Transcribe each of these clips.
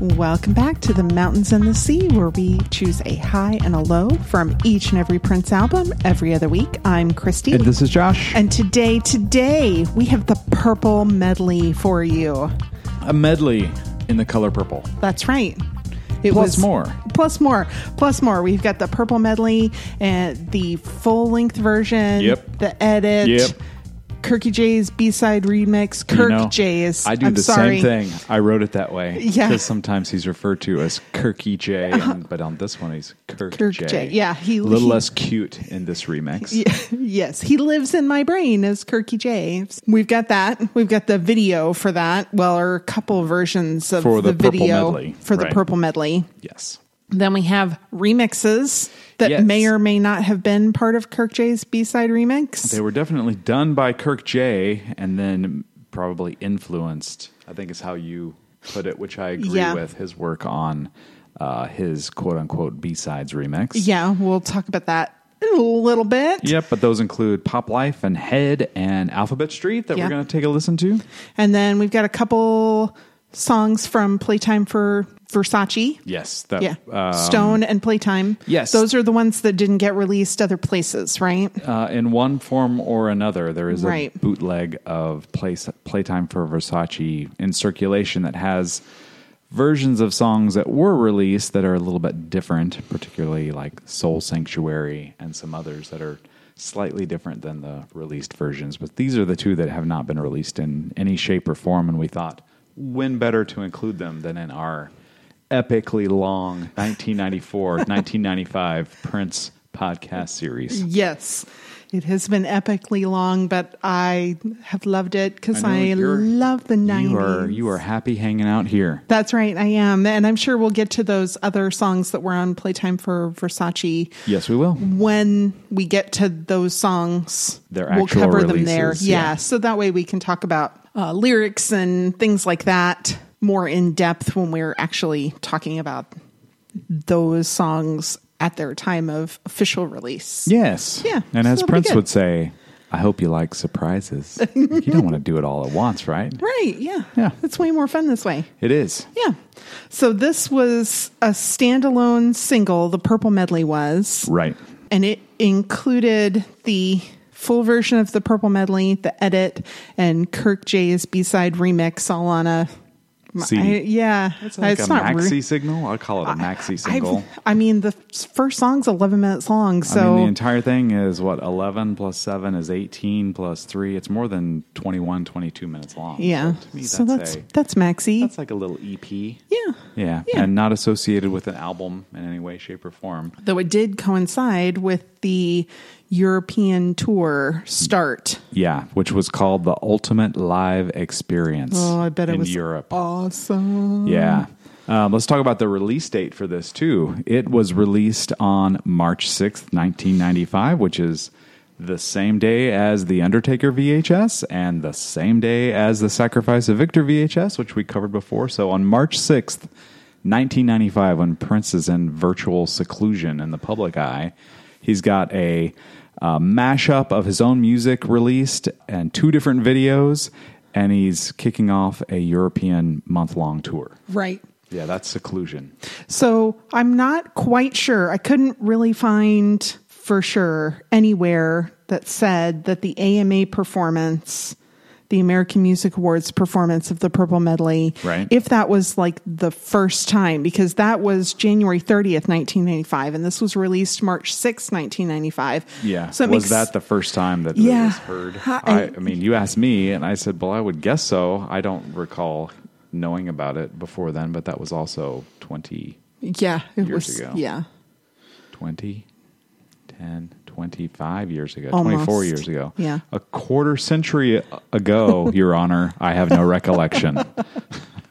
Welcome back to the Mountains and the Sea, where we choose a high and a low from each and every Prince album every other week. I'm Christy. And this is Josh. And today, today, we have the purple medley for you. a medley in the color purple. That's right. It Plus more. Plus more. Plus more. We've got the purple medley and the full length version. Yep. The edit. Yep. Kirky J's B side remix. You Kirk know, J's. I do I'm the sorry. same thing. I wrote it that way. Yeah. Because sometimes he's referred to as Kirky J, and, but on this one he's Kirk, Kirk J. Yeah, he- He, a little he- less cute in this remix. yes, he lives in my brain as Kirky J. We've got that. We've got the video for that. Well, or a couple versions of For the purple video medley, for the right. purple medley. Yes. Then we have remixes that Yes. may or may not have been part of Kirk J's B side remix. They were definitely done by Kirk J and then probably influenced, I think is how you put it, which I agree Yeah. with, his work on uh, his quote unquote B sides remix. yeah, we'll talk about that in a little bit. Yep, but those include Pop Life and Head and Alphabet Street that Yeah. we're going to take a listen to. And then we've got a couple songs from Playtime for Versace. Yes, that Yeah. um, Stone and Playtime. yes. Those are the ones that didn't get released other places, right? uh, in one form or another, there is Right. a bootleg of play, Playtime for Versace in circulation that has versions of songs that were released that are a little bit different, particularly like Soul Sanctuary and some others that are slightly different than the released versions. But these are the two that have not been released in any shape or form, and we thought when better to include them than in our epically long 1994 1995 Prince podcast series. Yes. It has been epically long, but I have loved it because know I, you're- love the 90s. You are, you are happy hanging out here. That's right, I am. And I'm sure we'll get to those other songs that were on Playtime for Versace Yes, we will. when we get to those songs. Their we'll actual cover them there. releases, Yeah. yeah. So that way we can talk about uh, lyrics and things like that more in depth when we're actually talking about those songs at their time of official release. Yes. Yeah, And so as that'll be Prince good. would say, I hope you like surprises. you don't want to do it all at once, right? Right. Yeah. Yeah. It's way more fun this way. It is. Yeah. So this was a standalone single, the Purple Medley was, Right. and it included the full version of the Purple Medley, the edit, and Kirk J's B side remix all on a. CD. I- yeah. It's like a re- maxi signal. I call it a maxi single. I've- I mean, the first song's 11 minutes long. So. I mean, the entire thing is what, 11 plus 7 is 18 plus 3. It's more than 21, 22 minutes long. yeah. So, to me, so that's that's, a, that's maxi. that's like a little EP. yeah. Yeah. Yeah. And not associated with an album in any way, shape, or form. Though it did coincide with the European tour start. Yeah, which was called the Ultimate Live Experience. Oh, I bet in it was Europe. Awesome. Yeah. Um, let's talk about the release date for this too. It was released on March sixth, nineteen ninety five, which is the same day as the Undertaker VHS and the same day as the Sacrifice of Victor VHS, which we covered before. So on March sixth, nineteen ninety five, when Prince is in virtual seclusion in the public eye, he's got a uh, mashup of his own music released and two different videos, and he's kicking off a European month long tour. Right. Yeah, that's seclusion. So I'm not quite sure. I couldn't really find for sure anywhere that said that the AMA performance, the American Music Awards performance of the Purple Medley, Right. if that was like the first time, because that was January 30th, 1995, and this was released March 6th, 1995. Yeah. So it was makes, that the first time that Yeah. it was heard? Huh, I, and- I mean, you asked me, and I said, well, I would guess so. I don't recall knowing about it before then, but that was also 20, Yeah. It years was. ago? Yeah. 20, 10, 25 years ago, Almost. 24 years ago. Yeah. A quarter century ago, Your Honor, I have no recollection.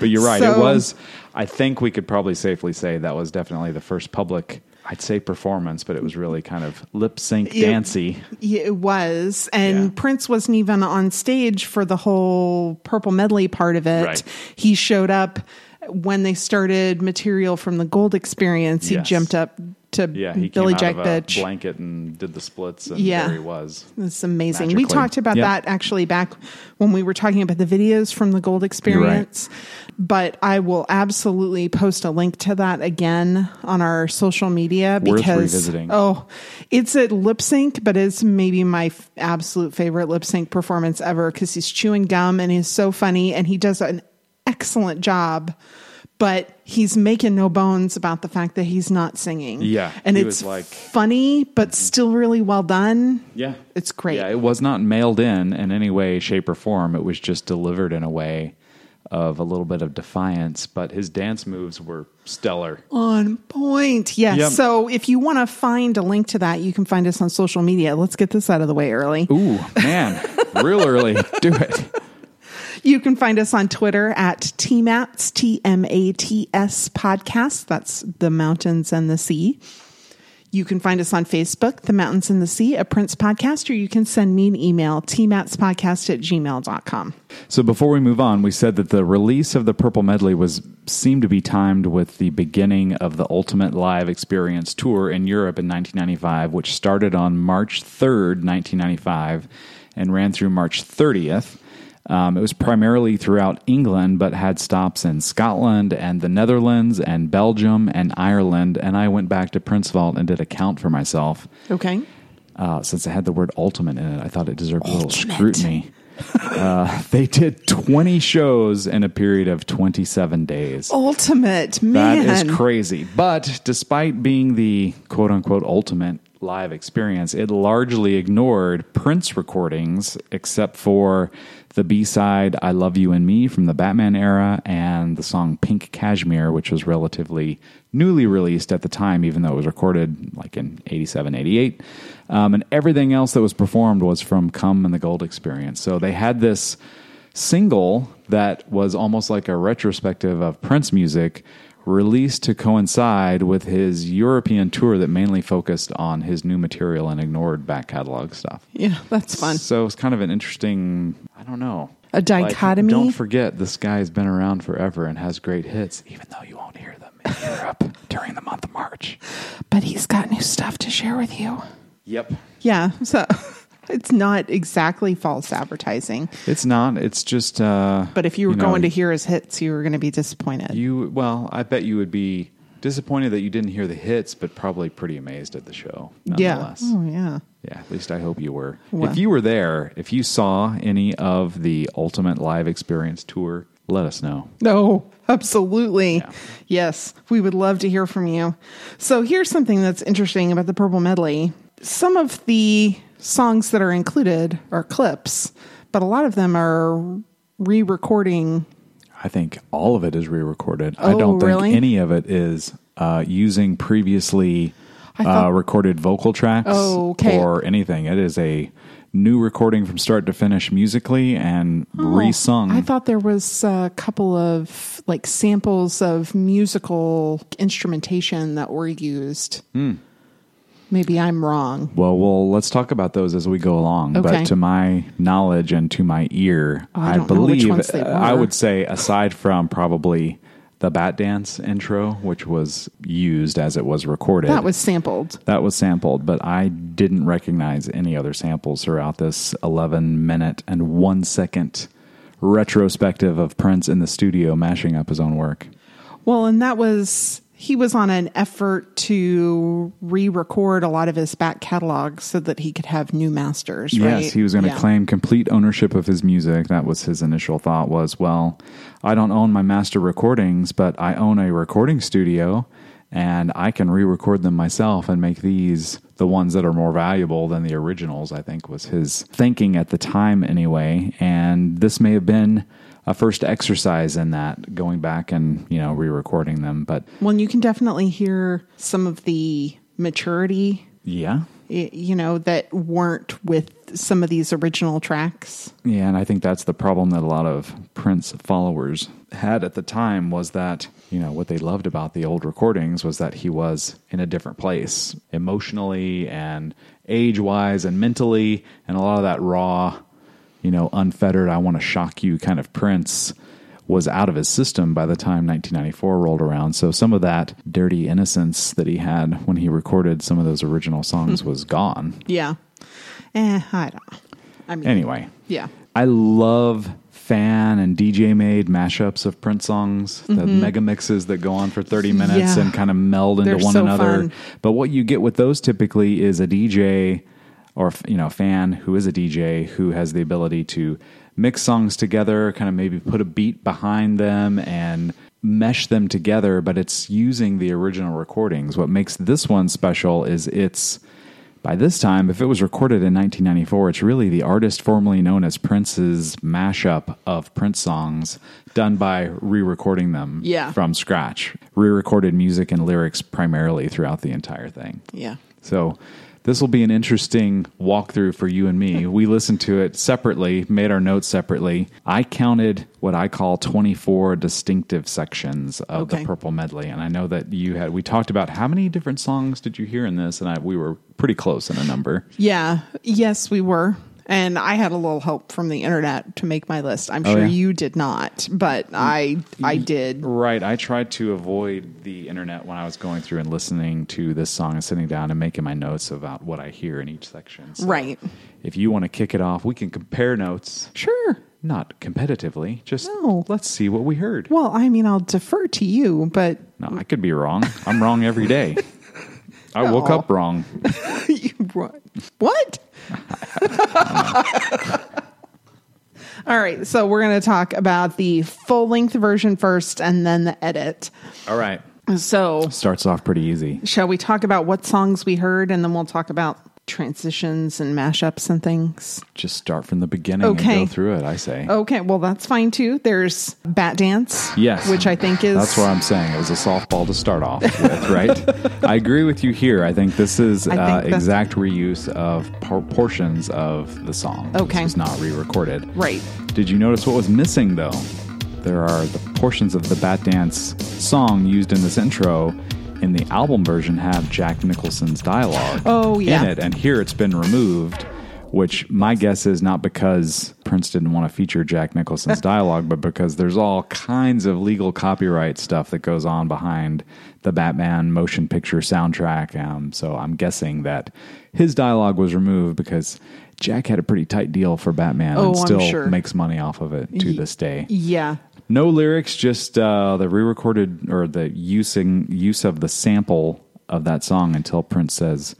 but you're right. So- it was, I think we could probably safely say that was definitely the first public, I'd say performance, but it was really kind of lip sync Yeah. dancy. Yeah, it was. And Yeah. Prince wasn't even on stage for the whole Purple Medley part of it. Right. He showed up when they started material from the Gold Experience. He Yes. jumped up to Yeah, he Billy came out Jack of a Bitch. blanket and did the splits, and Yeah. there he was. It's amazing. We Magically. talked about Yeah. that actually back when we were talking about the videos from the Gold Experience. But I will absolutely post a link to that again on our social media Worth because revisiting. oh, it's a lip sync, but it's maybe my f- absolute favorite lip sync performance ever because he's chewing gum and he's so funny and he does an excellent job. But he's making no bones about the fact that he's not singing. Yeah, and he it's was like- Mm-hmm. funny, but still really well done. Yeah. It's great. Yeah, it was not mailed in in any way, shape, or form. It was just delivered in a way of a little bit of defiance, but his dance moves were stellar. On point. Yes. Yep. So if you want to find a link to that, you can find us on social media. Let's get this out of the way early. Ooh, man, real early. Do it. You can find us on Twitter at TMATS, T M A T S podcast. That's the mountains and the sea. You can find us on Facebook, The Mountains and the Sea, a Prince podcast, or you can send me an email, tmatspodcast at gmail.com. So before we move on, we said that the release of the Purple Medley was seemed to be timed with the beginning of the Ultimate Live Experience tour in Europe in 1995, which started on March 3rd, 1995, and ran through March 30th. Um, it was primarily throughout England, but had stops in Scotland and the Netherlands and Belgium and Ireland. And I went back to Prince Vault and did a count for myself. Okay. Uh, since it had the word ultimate in it, I thought it deserved a little scrutiny. uh, they did 20 shows in a period of 27 days. Ultimate, that man. is crazy. But despite being the quote unquote ultimate live experience, it largely ignored Prince recordings except for the B side I Love You and Me from the Batman era and the song Pink Cashmere, which was relatively newly released at the time, even though it was recorded like in 87, 88. Um, and everything else that was performed was from Come and the Gold Experience. So they had this single that was almost like a retrospective of Prince music released to coincide with his European tour that mainly focused on his new material and ignored back catalog stuff. yeah, that's fun. So it's kind of an interesting, I don't know. A dichotomy? don't forget this guy's been around forever and has great hits, even though you won't hear them in Europe during the month of March. But he's got new stuff to share with you. Yep. Yeah. So it's not exactly false advertising. It's not. It's just. Uh, But if you were know, going to hear his hits, you were going to be disappointed. You well, I bet you would be disappointed that you didn't hear the hits, but probably pretty amazed at the show. yeah. Nonetheless. Oh, yeah. Yeah, at least I hope you were. Well. If you were there, if you saw any of the Ultimate Live Experience tour, let us know. No, absolutely. Yeah. Yes. We would love to hear from you. So here's something that's interesting about the Purple Medley some of the songs that are included are clips, but a lot of them are re recording. I think all of it is re-recorded. I Oh, don't think really? any of it is uh, using previously I thought- uh, recorded vocal tracks Oh, okay. or anything. It is a new recording from start to finish musically and re-sung. Oh, I thought there was a couple of like samples of musical instrumentation that were used. Hmm. Maybe I'm wrong. Well, well, let's talk about those as we go along. Okay. Oh, But to my knowledge and to my ear, I I, don't know which believe ones they uh, I were. would say aside from probably the bat dance intro, which was used as it was recorded, That was sampled. that was sampled. But I didn't recognize any other samples throughout this eleven minute and one second retrospective of Prince in the studio mashing up his own work. Well, and that was he was on an effort to re-record a lot of his back catalog so that he could have new masters. Right? Yes, he was going to Yeah. claim complete ownership of his music. That was his initial thought was, well, I don't own my master recordings, but I own a recording studio and I can re-record them myself and make these the ones that are more valuable than the originals, I think was his thinking at the time anyway, and this may have been a first exercise in that going back and, you know, re-recording them, but Well, and you can definitely hear some of the maturity, yeah. y- you know, that weren't with some of these original tracks. Yeah, and I think that's the problem that a lot of Prince followers had at the time was that, you know, what they loved about the old recordings was that he was in a different place emotionally and age wise and mentally. And a lot of that raw, you know, unfettered, I want to shock you kind of Prince was out of his system by the time 1994 rolled around. So some of that dirty innocence that he had when he recorded some of those original songs was gone. Yeah. Eh, I don't know. I mean, Anyway, yeah. I love fan and DJ made mashups of Prince songs, the mega mixes that go on for 30 minutes Mm-hmm. Yeah. and kind of meld into They're one so another. fun. But what you get with those typically is a DJ or you know fan who is a DJ who has the ability to mix songs together, kind of maybe put a beat behind them and mesh them together, but it's using the original recordings. What makes this one special is it's by this time, if it was recorded in 1994, it's really the artist formerly known as Prince's mashup of Prince songs done by re recording them Yeah. from scratch, re recorded music and lyrics primarily throughout the entire thing. Yeah. So this will be an interesting walkthrough for you and me. We listened to it separately, made our notes separately. I counted what I call 24 distinctive sections of the Okay. purple medley and I know that you had we talked about how many different songs did you hear in this and I, we were pretty close in a number. Yeah. Yes, we were. And I had a little help from the internet to make my list. I'm sure yeah. you did not, but I I did. Right. I tried to avoid the internet when I was going through and listening to this song and sitting down and making my notes about what I hear in each section. So Right. If you want to kick it off, we can compare notes. Sure. Not competitively, just No. let's see what we heard. Well, I mean, I'll defer to you, but No, I could be wrong. I'm wrong every day. I woke No. up wrong. you, what? All right, so we're going to talk about the full length version first and then the edit. All right. So, Starts off pretty easy. shall we talk about what songs we heard and then we'll talk about transitions and mashups and things? Just start from the beginning Okay. and go through it, I say. Okay, well, that's fine too. There's Bat Dance, Yes. which I think is That's what I'm saying. It was a softball to start off with, right? I agree with you here. I think this is think uh, that's- exact reuse of por- portions of the song. Okay. This was not re recorded. Right. Did you notice what was missing, though? There are the portions of the Bat Dance song used in this intro. In the album version, have Jack Nicholson's dialogue Oh, yeah. in it, and here it's been removed. Which my guess is not because Prince didn't want to feature Jack Nicholson's dialogue, but because there's all kinds of legal copyright stuff that goes on behind the Batman motion picture soundtrack. Um, so I'm guessing that his dialogue was removed because Jack had a pretty tight deal for Batman Oh, I'm and still sure. makes money off of it to this day. yeah. No lyrics, just uh, the re-recorded or the using use of the sample of that song until Prince says,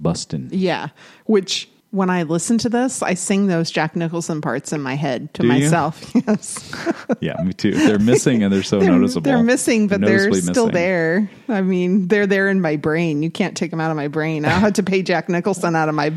bustin'." Yeah. Which when I listen to this, I sing those Jack Nicholson parts in my head to Do you? myself. Yes. yeah, me too. They're missing and they're so noticeable. They're missing, but they're Noticeably still missing. there. I mean, they're there in my brain. You can't take them out of my brain. I'll have to pay Jack Nicholson out of my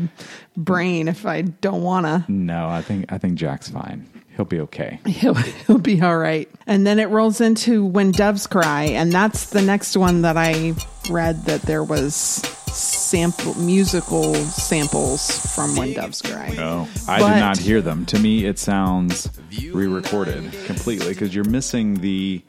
brain if I don't want to. No, I think I think Jack's fine. He'll be okay. He'll, he'll be all right. And then it rolls into When Doves Cry. And that's the next one that I read that there was sample musical samples from When Doves Cry. Oh, I But- did not hear them. To me, it sounds re-recorded completely because you're missing the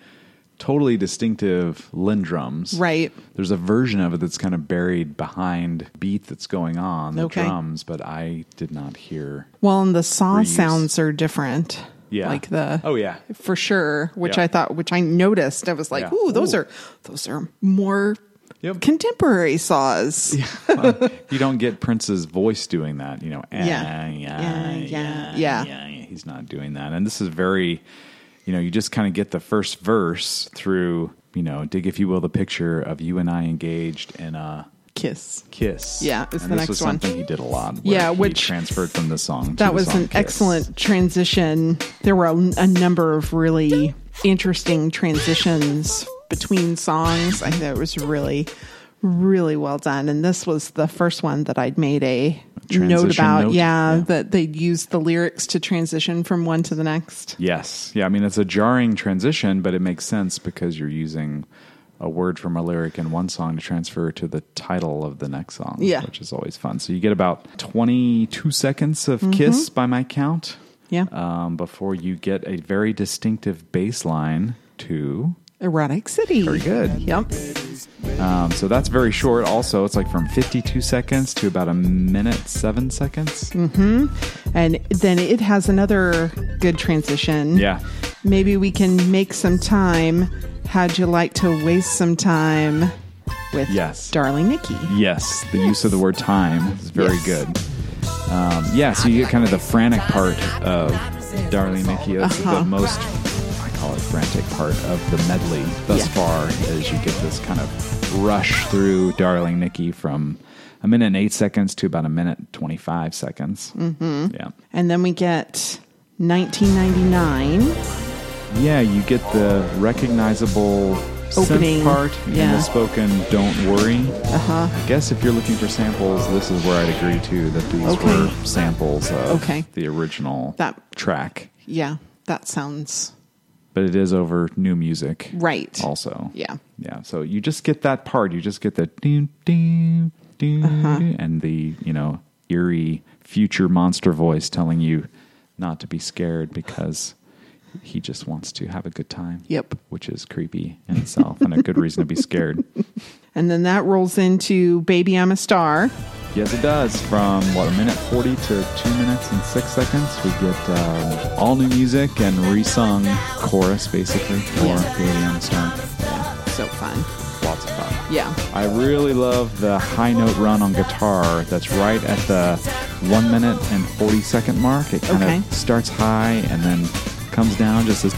totally distinctive Lynn drums. Right. There's a version of it that's kind of buried behind beat that's going on the Okay. drums, but I did not hear. Well, and the saw Reuse. sounds are different. Yeah. Like the Oh yeah. for sure, which Yeah. I thought which I noticed. I was like, Yeah. "Ooh, those Ooh. are those are more Yep. contemporary saws." Yeah. Uh, you don't get Prince's voice doing that, you know. "Ah, Yeah. Yeah, Yeah, yeah, yeah, yeah, yeah. He's not doing that. And this is very, you know, you just kind of get the first verse through, you know, dig if you will the picture of you and I engaged in a Kiss. kiss. Yeah, it's and the this next was one. something he did a lot. where Yeah, he which- transferred from the song. to That the was song an Kiss. excellent transition. There were a, a number of really interesting transitions between songs. I think that was really really well done and this was the first one that I'd made a Transition note about note? yeah, Yeah. that they used the lyrics to transition from one to the next Yes. Yeah. I mean, it's a jarring transition, but it makes sense because you're using a word from a lyric in one song to transfer to the title of the next song, Yeah. which is always fun. So you get about 22 seconds of kiss by my count Yeah. Uh, um, before you get a very distinctive bass line to Erotic City. Very good. Yep. Um, so that's very short. Also, it's like from 52 seconds to about a minute seven seconds. And then it has another good transition. Yeah. Maybe we can make some time. How'd you like to waste some time with Yes. darling Nikki? Yes, the use of the word time is very Yes. good. Um, yeah, so you get kind of the frantic part of Darling Nikki. That's Uh-huh. the most, I call it frantic part of the medley thus Yeah. far, as you get this kind of rush through Darling Nikki from a minute and eight seconds to about a minute and 25 seconds. Mm-hmm. Yeah. And then we get 1999. Yeah, you get the recognizable Opening, synth part and yeah. Uh-huh. the spoken "Don't Worry." Uh huh. I guess if you're looking for samples, this is where I'd agree too that these Okay. were samples of Okay. the original That- track, Yeah, that sounds but it is over new music, right. Also, Yeah. yeah. So you just get that part. You just get the doo doo doo Uh-huh. doo and the you know eerie future monster voice telling you not to be scared because he just wants to have a good time. Yep. Which is creepy in itself and a good reason to be scared. And then that rolls into Baby I'm a Star. Yes, it does. From what a minute forty to two minutes and six seconds, we get um, all new music and resung chorus basically for Yeah. Baby on the Star. So fun. lots of fun. Yeah. I really love the high note run on guitar that's right at the one minute and 40 second mark. It kind Okay. of starts high and then comes down just as.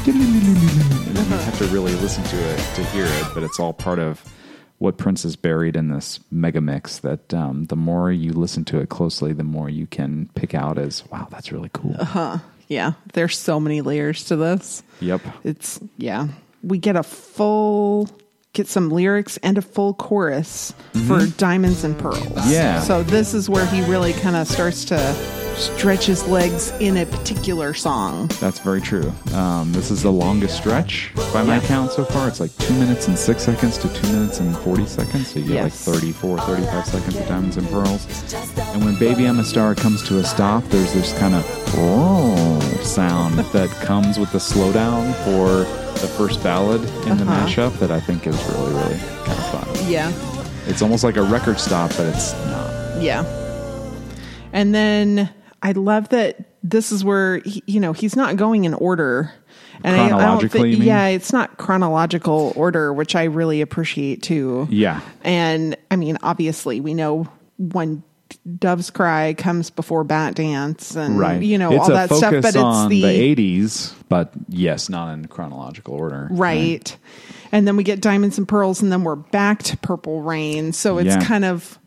You have to really listen to it to hear it, but it's all part of what Prince is buried in this mega mix that um, the more you listen to it closely, the more you can pick out as, wow, that's really cool. Yeah. There's so many layers to this. Yep. It's, yeah. We get a full, get some lyrics and a full chorus for Diamonds and Pearls. Mm-hmm. Yeah. So this is where he really kind of starts to stretch his legs in a particular song. That's very true. Um, this is the longest stretch by my count so far. It's like two minutes and six seconds to two minutes and 40 seconds. So you get Yes. like 34, 35 seconds of Diamonds and Pearls. And when Baby I'm a Star comes to a stop, there's this kind of sound that comes with the slowdown for the first ballad in the mashup that I think is really, really kind of fun. Yeah. It's almost like a record stop, but it's not. Yeah. And then I love that this is where he, you know he's not going in order. And I- I, don't Chronologically, you think, mean? yeah, it's not chronological order, which I really appreciate too. Yeah. And I mean, obviously, we know when doves cry comes before bat dance, and Right. you know it's all a that focus stuff. But on it's the, the 80s, but yes, not in chronological order. right. And then we get diamonds and pearls, and then we're back to purple rain. So it's Yeah. kind of,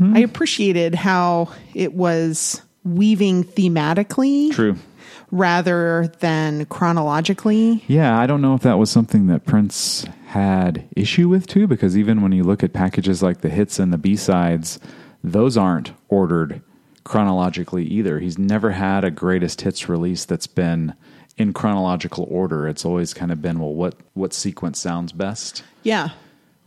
I appreciated how it was weaving thematically True. rather than chronologically. Yeah, I don't know if that was something that Prince had issue with too, because even when you look at packages like the hits and the B sides, those aren't ordered chronologically either. He's never had a greatest hits release that's been in chronological order. It's always kind of been, well, what what sequence sounds best? Yeah.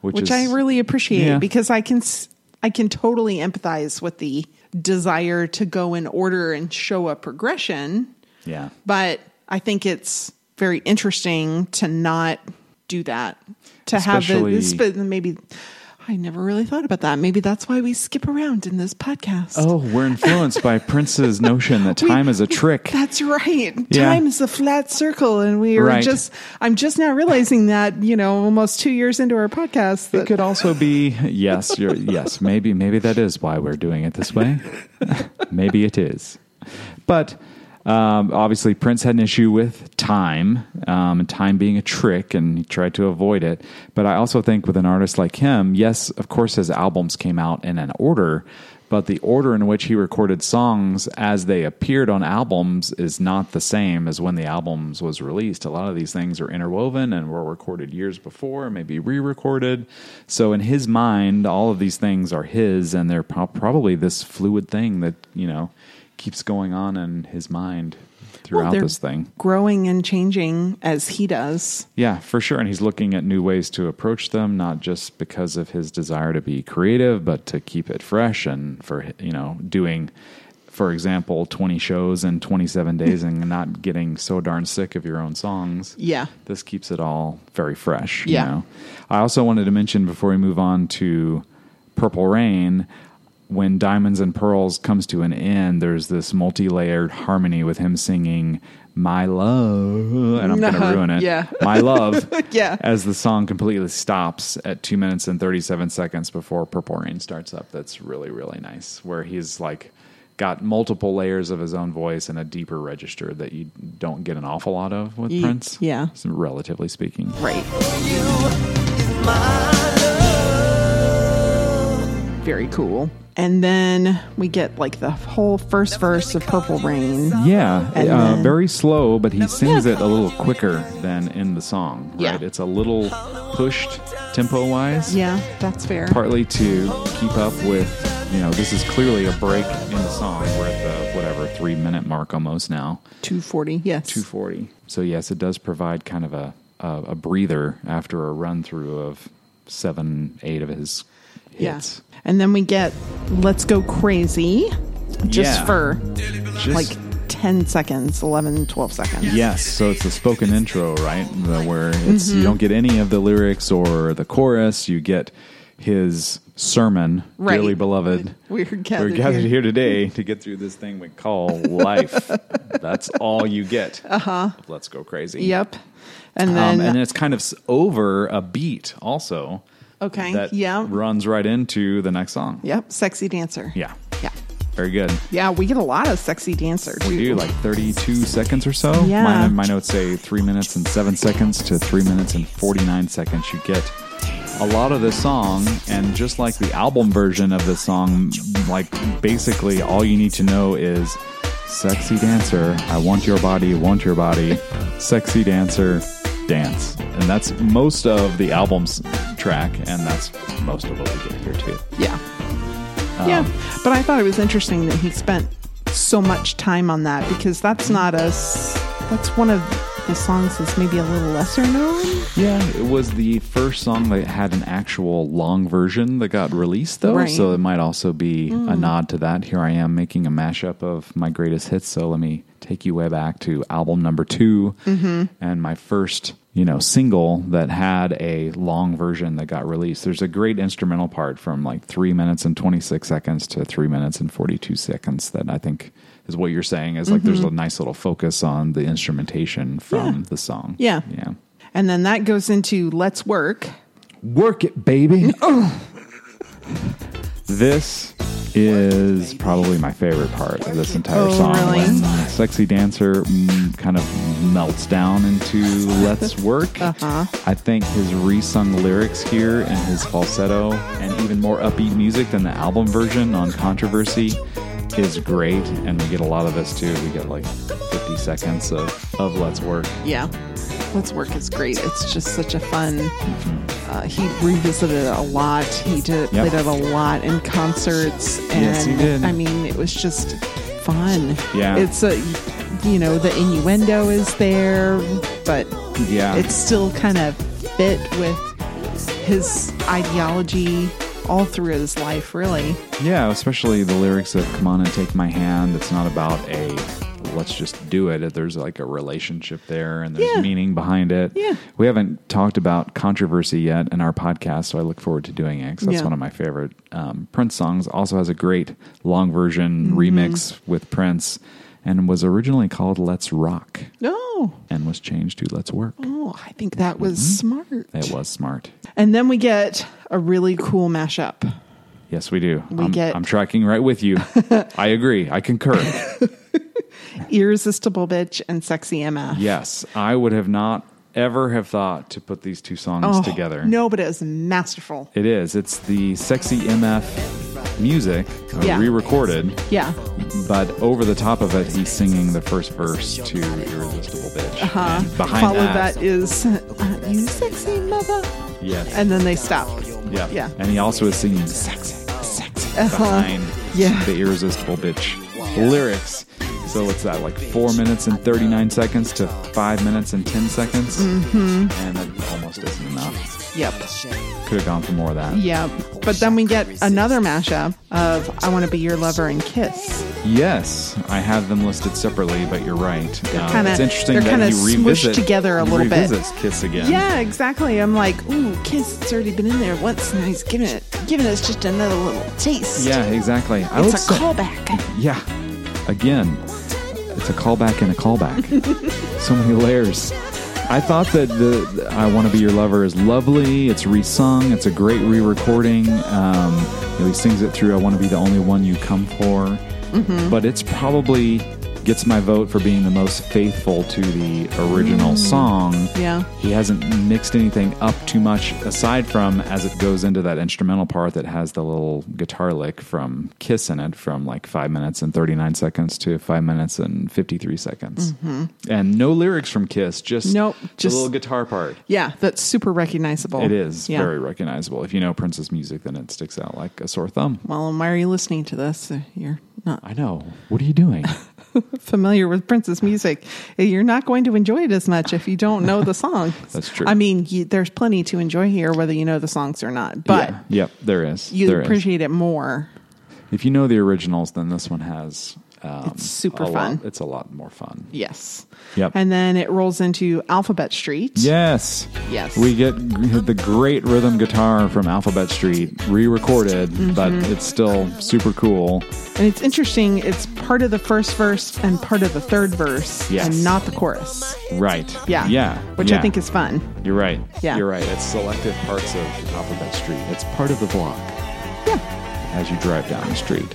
Which Which is- I really appreciate Yeah. because I can s- I can totally empathize with the desire to go in order and show a progression, Yeah. but I think it's very interesting to not do that. To Especially- have the, this, maybe I never really thought about that. Maybe that's why we skip around in this podcast. Oh, we're influenced by Prince's notion that We- time is a trick. That's right. Yeah. Time is a flat circle, and we were Right. just. I'm just now realizing that you know, almost two years into our podcast, It that could also be yes, you're, yes, maybe maybe that is why we're doing it this way. maybe it is, but um, obviously Prince had an issue with time um, and time being a trick, and he tried to avoid it. But I also think with an artist like him, yes, of course his albums came out in an order. But the order in which he recorded songs as they appeared on albums is not the same as when the albums was released. A lot of these things are interwoven and were recorded years before, maybe re-recorded. So in his mind, all of these things are his, and they're prob- probably this fluid thing that you know keeps going on in his mind well, throughout they're this thing. growing and changing as he does. Yeah, for sure. And he's looking at new ways to approach them, not just because of his desire to be creative, but to keep it fresh and for, you know, doing for example, 20 shows in 27 days and not getting so darn sick of your own songs. Yeah. This keeps it all very fresh. Yeah. You know? I also wanted to mention before we move on to Purple Rain, when Diamonds and Pearls comes to an end, there's this multi layered harmony with him singing, My Love, and I'm going Uh-huh. to ruin it. Yeah. My Love. Yeah. As the song completely stops at two minutes and 37 seconds before Purple Rain starts up, that's really, really nice. Where he's like got multiple layers of his own voice and a deeper register that you don't get an awful lot of with Ye- Prince. yeah. Relatively speaking. Right. Very cool. And then we get like the whole first verse of Purple Rain. Yeah, And uh, then- very slow, but he sings it a little quicker than in the song. Right, Yeah. it's a little pushed tempo-wise, Yeah, that's fair. partly to keep up with. You know, this is clearly a break in the song. We're at the whatever three-minute mark almost now, 240. Yes. two forty. So yes, it does provide kind of a a, a breather after a run-through of seven, eight of his hits. Yeah. And then we get Let's Go Crazy just Yeah. for Just- like 10 seconds, 11, 12 seconds. Yes, so it's the spoken intro, right? The- Where it's Mm-hmm. you don't get any of the lyrics or the chorus. You get his sermon, Right. dearly beloved. We're gathered here. here." today to get through this thing we call life. That's all you get. Uh huh. Let's go crazy. Uh-huh. Yep. And Um, then, and it's kind of s- over a beat, also. Okay, That yeah. runs right into the next song. yep, Sexy Dancer. Yeah. Yeah. Very good. Yeah, we get a lot of Sexy Dancer. We too. do like 32 seconds or so. Yeah. My, my notes say three minutes and seven seconds to three minutes and 49 seconds. You get a lot of this song, and just like the album version of this song, like basically all you need to know is sexy dancer, I want your body, want your body, sexy dancer, dance. And that's most of the album's track, and that's most of what we get here too. Yeah. um, yeah. But I thought it was interesting that he spent so much time on that because that's not a. s- That's one of the songs that's maybe a little lesser known. Yeah, it was the first song that had an actual long version that got released, though. Right. Mm. So it might also be a nod to that. Here I am making a mashup of my greatest hits. So let me take you way back to album number 2 Mm-hmm. and my first, you know, single that had a long version that got released. There's a great instrumental part from like three minutes and 26 seconds to three minutes and 42 seconds that I think is what you're saying is like there's a nice little focus on the instrumentation from the song. Mm-hmm. Yeah. Yeah. And then that goes into Let's Work. Work it, baby. this is probably my favorite part of this entire Oh, song. really? When Sexy Dancer mm, kind of melts down into Let's Work. Uh-huh. I think his resung lyrics here and his falsetto and even more upbeat music than the album version on Controversy is great. And we get a lot of this too. We get like 50 seconds of, of Let's Work. Yeah. Let's Work is great. It's just such a fun. Uh, he revisited it a lot. He did, Yep. they did a lot in concerts. And Yes, he did. I mean, it was just fun. Yeah. It's a, you know, the innuendo is there, but Yeah. it still kind of fit with his ideology all through his life, really. Yeah, especially the lyrics of "Come on and take my hand." It's not about a "Let's just do it." There's like a relationship there, and there's Yeah. meaning behind it. Yeah. we haven't talked about controversy yet in our podcast, so I look forward to doing it. 'cause that's Yeah. one of my favorite um, Prince songs. Also has a great long version Mm-hmm. remix with Prince, and was originally called "Let's Rock" No. and was changed to "Let's Work." Oh, I think that was smart. Mm-hmm. It was smart. And then we get a really cool mashup. Yes, we do. We I'm, get- I'm tracking right with you. I agree. I concur. Irresistible Bitch and Sexy MF. Yes, I would have not ever have thought to put these two songs Oh, together. No, but it was masterful. It is. It's the sexy MF music uh, Yeah. re-recorded, Yeah. but over the top of it, he's singing the first verse to "Irresistible Bitch." Uh-huh. behind Follow that, that is uh, you sexy mother. yes, And then they stop. yeah. yeah. Uh-huh. and he also is singing "Sexy, Sexy" behind Yeah. the "Irresistible Bitch" lyrics. So what's that? Like four minutes and thirty-nine seconds to five minutes and ten seconds, mm-hmm. and that almost isn't enough. Yep. Could have gone for more of that. Yep. But then we get another mashup of I Want to Be Your Lover and Kiss. Yes, I have them listed separately, but you're right. Um, kinda- it's interesting they're that kinda he smooshed revisit, together a he little bit. revisits Kiss again. Yeah, exactly. I'm like, ooh, Kiss, it's already been in there once and he's giving it giving us just another little taste. Yeah, exactly. I would It's a say- callback. Yeah. Again, it's a callback and a callback. so many layers. I thought that the, the "I Want to Be Your Lover" is lovely. It's resung. It's a great re-recording. Um, you know, he sings it through. I want to be the only one you come for. But it's probably gets my vote for being the most faithful to the original song. Yeah. He hasn't mixed anything up too much aside from as it goes into that instrumental part that has the little guitar lick from Kiss in it from like 5 minutes and 39 seconds to 5 minutes and 53 seconds. And no lyrics from Kiss, just Mm-hmm. Nope, just just- the little guitar part. Yeah, that's super recognizable. It is Yeah. very recognizable. If you know Prince's music, then it sticks out like a sore thumb. Well, and why are you listening to this? You're not I know. What are you doing? familiar with Prince's music. eh, You're not going to enjoy it as much if you don't know the songs. That's true. I mean, you, there's plenty to enjoy here, whether you know the songs or not. But Yeah. yep, there is. you There is. appreciate it more. If you know the originals, then this one has. Um, It's super a lot- fun. it's a lot more fun. Yes. Yep. And then it rolls into Alphabet Street. Yes. Yes. We get g- the great rhythm guitar from Alphabet Street re recorded, but Mm-hmm. it's still super cool. And it's interesting, it's part of the first verse and part of the third verse Yes. and not the chorus. Right. Yeah. Yeah. Which Yeah. I think is fun. You're right. Yeah. You're right. It's selected parts of Alphabet Street. It's part of the block. As you drive down the street.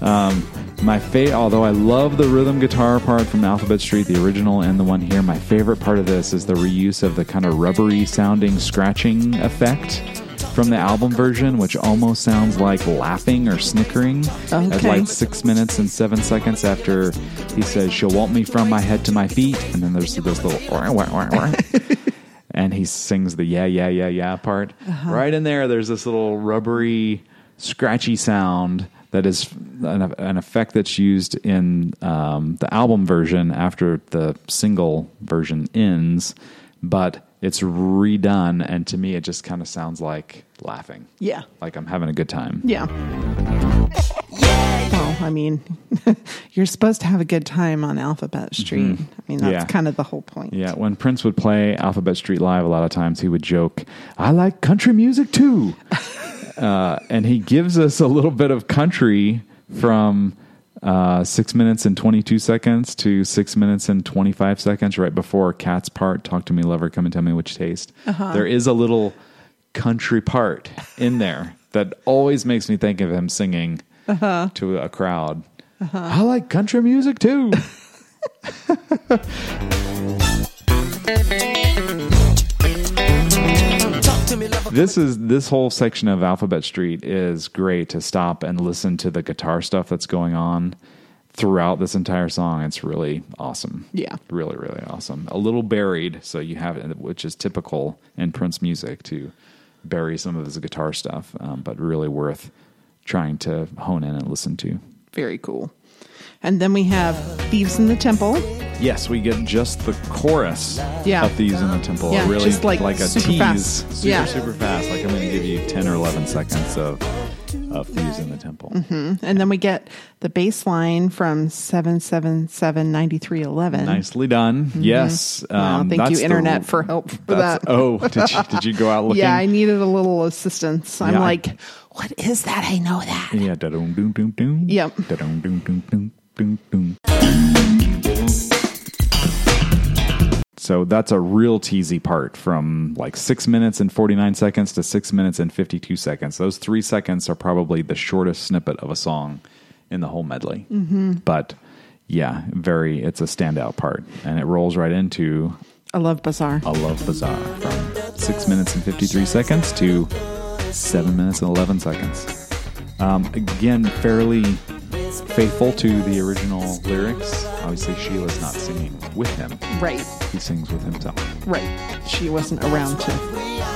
Um, my favorite, although I love the rhythm guitar part from Alphabet Street, the original and the one here, my favorite part of this is the reuse of the kind of rubbery sounding scratching effect from the album version, which almost sounds like laughing or snickering at Okay. like six minutes and seven seconds after he says, She'll want me from my head to my feet. And then there's this little. "Wah, wah, wah, wah." and he sings the yeah yeah yeah yeah part right in there there's this little rubbery scratchy sound that is an, an effect that's used in um, the album version after the single version ends but it's redone and to me it just kind of sounds like laughing Yeah. like i'm having a good time Yeah. Well, I mean, you're supposed to have a good time on Alphabet Street. I mean, that's Mm-hmm. Yeah. kind of the whole point. Yeah, when Prince would play Alphabet Street Live, a lot of times he would joke, I like country music too. uh, and he gives us a little bit of country from uh, six minutes and 22 seconds to six minutes and 25 seconds, right before Cat's part, Talk to Me, Lover, Come and Tell Me Which Taste. There is a little country part in there that always makes me think of him singing to a crowd. I like country music too. Talk to me, lover. this is this whole section of Alphabet Street is great to stop and listen to the guitar stuff that's going on throughout this entire song. It's really awesome. Yeah. really, really awesome. A little buried, so you have it, which is typical in Prince music to bury some of his guitar stuff, um, but really worth trying to hone in and listen to. Very cool. And then we have Thieves in the Temple. Yes, we get just the chorus Yeah. of these in the temple. Yeah, really just like a super tease. fast. Super, Yeah. super fast. Like I'm going to give you 10 or 11 seconds of, of thieves in the temple. And then we get the bass line from 777 9311. Nicely done. Yes. Mm-hmm. Wow, um, Uh, thank that's you, the- Internet, for help for that's- that. Oh, did you, did you go out looking? Yeah, I needed a little assistance. I'm Yeah, I- like, what is that? I know that. Yeah. Da-dum, doom, doom, doom. Yep. Da-dum, doom, doom, doom, doom, doom. So that's a real teasy part from like six minutes and 49 seconds to six minutes and 52 seconds. Those three seconds are probably the shortest snippet of a song in the whole medley. But yeah, very, it's a standout part. And it rolls right into I love Bazaar. a Love Bazaar from 6 minutes and 53 seconds to 7 minutes and 11 seconds. Um, again, fairly faithful to the original lyrics. Obviously, Sheila's not singing with him, Right, he sings with himself. right. She wasn't around to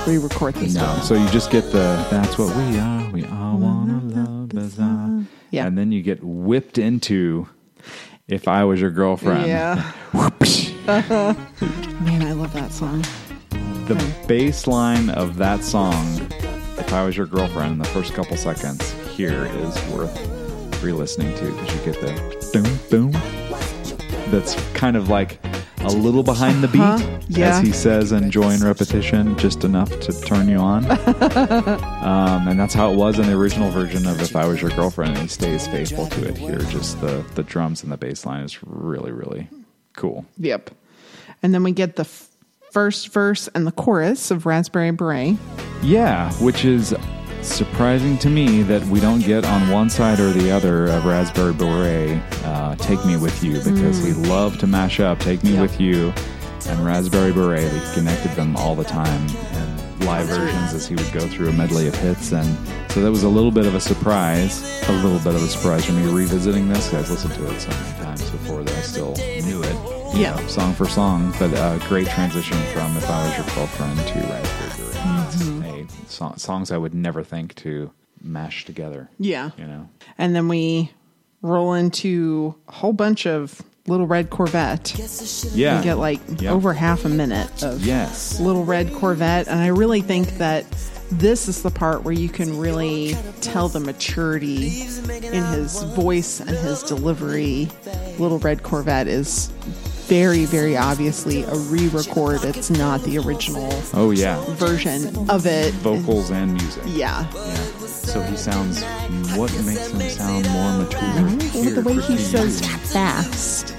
re record this. No, so you just get the that's what we are, we all want a love bazaar. Yeah. And then you get whipped into if I was your girlfriend. Yeah. Man, I love that song. the bass line of that song, If I Was Your Girlfriend, in the first couple seconds here is worth re listening to because you get the boom, boom. That's kind of like a little behind the beat, Uh-huh, yeah. as he says, enjoying repetition just enough to turn you on. um, and that's how it was in the original version of If I Was Your Girlfriend, and he stays faithful to it here. Just the, the drums and the bass line is really, really cool. Yep. And then we get the f- first verse and the chorus of Raspberry Beret. Yeah, which is surprising to me that we don't get on one side or the other of Raspberry Beret uh, Take Me With You because we love to mash up Take Me Hmm. Yep. With You and Raspberry Beret. We connected them all the time and live versions as he would go through a medley of hits. And so that was a little bit of a surprise, a little bit of a surprise for me revisiting this. I've listened to it so many times before that I still knew it. you Yeah. know, song for song, but a great transition from If I Was Your Girlfriend to Raspberry Beret a Mm-hmm. so- songs I would never think to mash together. Yeah. You know, And then we roll into a whole bunch of Little Red Corvette. yeah, We get like Yep. over half a minute of yes, Little Red Corvette. And I really think that this is the part where you can really tell the maturity in his voice and his delivery. Little Red Corvette is very, very obviously a re record. It's not the original oh yeah, version of it. vocals and music. Yeah. Yeah. So he sounds. What makes him sound more mature? Well, here the way for he me? says fast,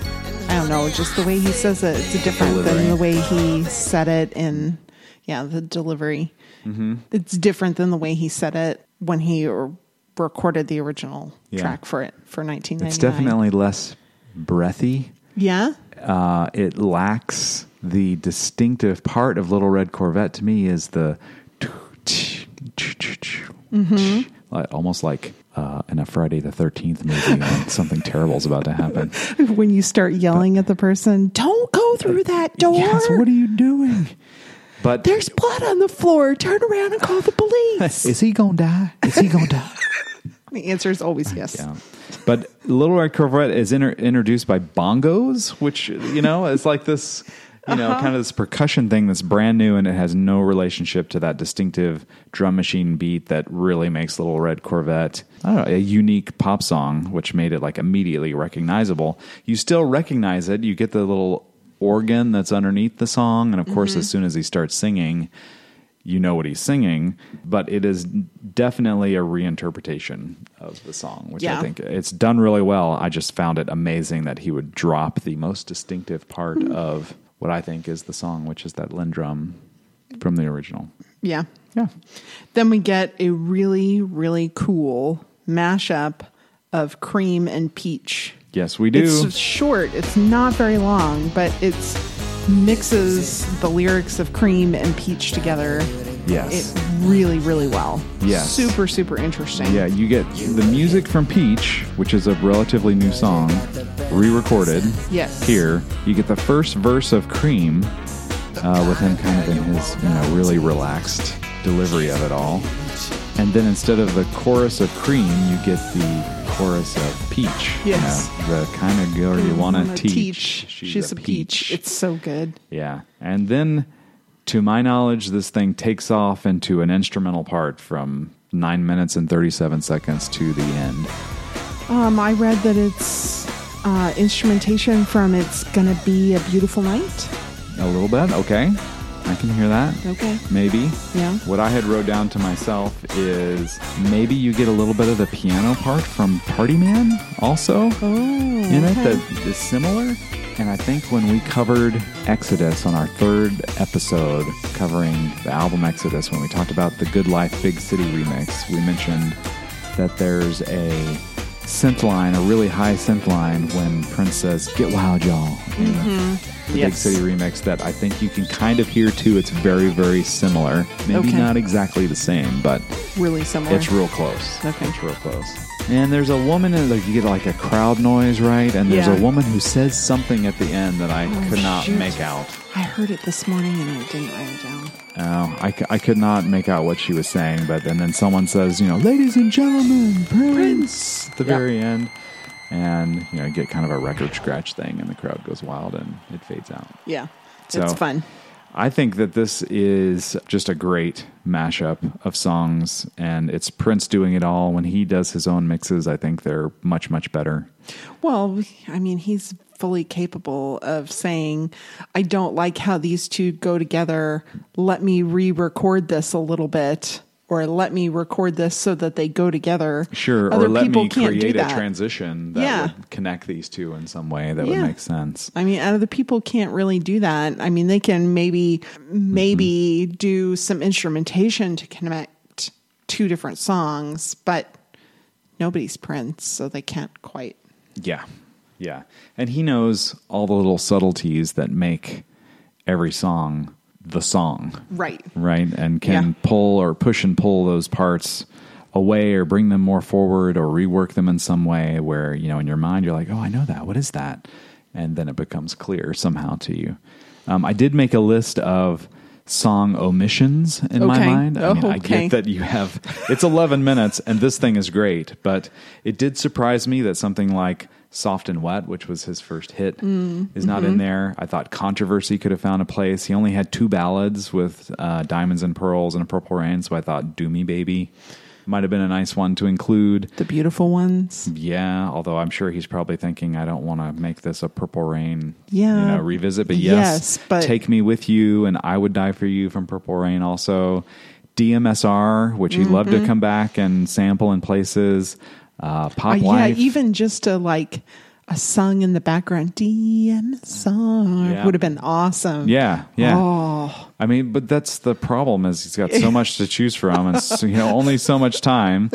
I don't know, just the way he says it, it's different Delivery. than the way he said it in, yeah, the delivery. Mm-hmm. It's different than the way he said it when he or recorded the original Yeah. track for it for 1999. it's definitely less breathy. yeah, Uh, it lacks the distinctive part of Little Red Corvette. To me, is the like, almost like uh, in a Friday the Thirteenth movie when something terrible is about to happen. when you start yelling at the person, don't go through that door. Yes, what are you doing? But There's blood on the floor. Turn around and call the police. is he gonna die? Is he gonna die? the answer is always yes. yeah. But Little Red Corvette is inter- introduced by bongos, which you know is like this, you know, kind of this percussion thing that's brand new and it has no relationship to that distinctive drum machine beat that really makes Little Red Corvette I don't know, a unique pop song, which made it like immediately recognizable. You still recognize it. You get the little organ that's underneath the song, and of course, as soon as he starts singing. You know what he's singing, but it is definitely a reinterpretation of the song, which I Yeah. think it's done really well. I just found it amazing that he would drop the most distinctive part Hmm. of what I think is the song, which is that Lindrum from the original. yeah. Yeah. Then we get a really, really cool mashup of cream and peach. Yes, we do. It's short, it's not very long, but it's mixes the lyrics of cream and peach together. yes. It really, really well. Yes. Super, super interesting. yeah, you get the music from Peach, which is a relatively new song, re recorded. Yes. Here, you get the first verse of Cream uh, with him kind of in his, you know, really relaxed delivery of it all. And then instead of the chorus of Cream, you get the chorus of Peach. Yes. You know, the kind of girl you want to Wanna teach. She's, a, peach. It's so good. Yeah. And then, to my knowledge, this thing takes off into an instrumental part from nine minutes and 37 seconds to the end. Um, I read that it's uh, instrumentation from It's Gonna Be a Beautiful Night. A little bit. Okay. I can hear that. Okay. Maybe. Yeah. What I had wrote down to myself is maybe you get a little bit of the piano part from Party Man also in it that is similar. And I think when we covered Exodus on our third episode, covering the album Exodus, when we talked about the Good Life Big City remix, we mentioned that there's a synth line, a really high synth line, when Prince says, Get wild, y'all. in The Mm-hmm. Yes. Big City remix that I think you can kind of hear too. It's very, very similar. Maybe Okay. not exactly the same, but Really similar. it's real close. Okay. It's real close. And there's a woman, in like you get like a crowd noise, right? And there's Yeah. Oh, a woman who says something at the end that I could not shoot. make out. I heard it this morning and I didn't write it down. Oh, I, c- I could not make out what she was saying, but and then someone says, you know, ladies and gentlemen, Prince, at the Yeah. very end, and you know, you get kind of a record scratch thing, and the crowd goes wild and it fades out. Yeah. So- It's fun. I think that this is just a great mashup of songs, and it's Prince doing it all. When he does his own mixes, I think they're much, much better. Well, I mean, he's fully capable of saying, I don't like how these two go together. Let me re record this a little bit, or let me record this so that they go together. Sure, Other or let people me can't do create a that. transition that Yeah. would connect these two in some way that Yeah. would make sense. I mean, other people can't really do that. I mean, they can maybe, maybe Mm-hmm. do some instrumentation to connect two different songs, but nobody's Prince, so they can't quite. Yeah. Yeah. And he knows all the little subtleties that make every song the song. Right. Right. And can Yeah. pull or push and pull those parts away or bring them more forward or rework them in some way where, you know, in your mind, you're like, oh, I know that. What is that? And then it becomes clear somehow to you. Um, I did make a list of song omissions in my Okay. mind. I mean, Oh, I okay. get that you have it's 11 minutes and this thing is great but it did surprise me that something like soft and wet which was his first hit Mm, is not mm-hmm. in there i thought controversy could have found a place he only had two ballads with uh, diamonds and pearls and purple rain so i thought do me baby might have been a nice one to include The beautiful ones. yeah although i'm sure he's probably thinking i don't want to make this a purple rain Yeah. you know revisit but Yes, yes, but- take me with you and I would die for you from Purple Rain also. DMSR, which Mm-hmm. he loved to come back and sample in places. Uh, Pop Uh, yeah, Life. even just a like a song in the background, DM song Yeah. would have been awesome. yeah, yeah. Oh, I mean, but that's the problem is he's got so much to choose from and so, you know only so much time.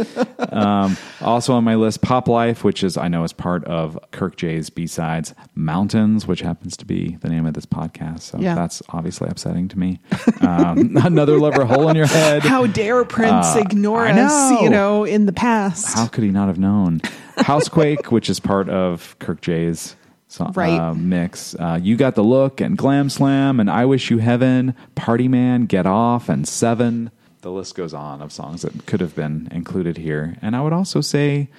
Um, also on my list, Pop Life, which is I know is part of Kirk J's B sides, Mountains, which happens to be the name of this podcast. So Yeah. that's obviously upsetting to me. Um, another lover hole in your head. how dare Prince Uh, ignore I us? You know. know, in the past. How could he not have known? Housequake, which is part of Kirk J's so- Right. uh, mix. Uh, you got the look and Glam Slam and I Wish You Heaven, Party Man, Get Off, and Seven. The list goes on of songs that could have been included here. And I would also say,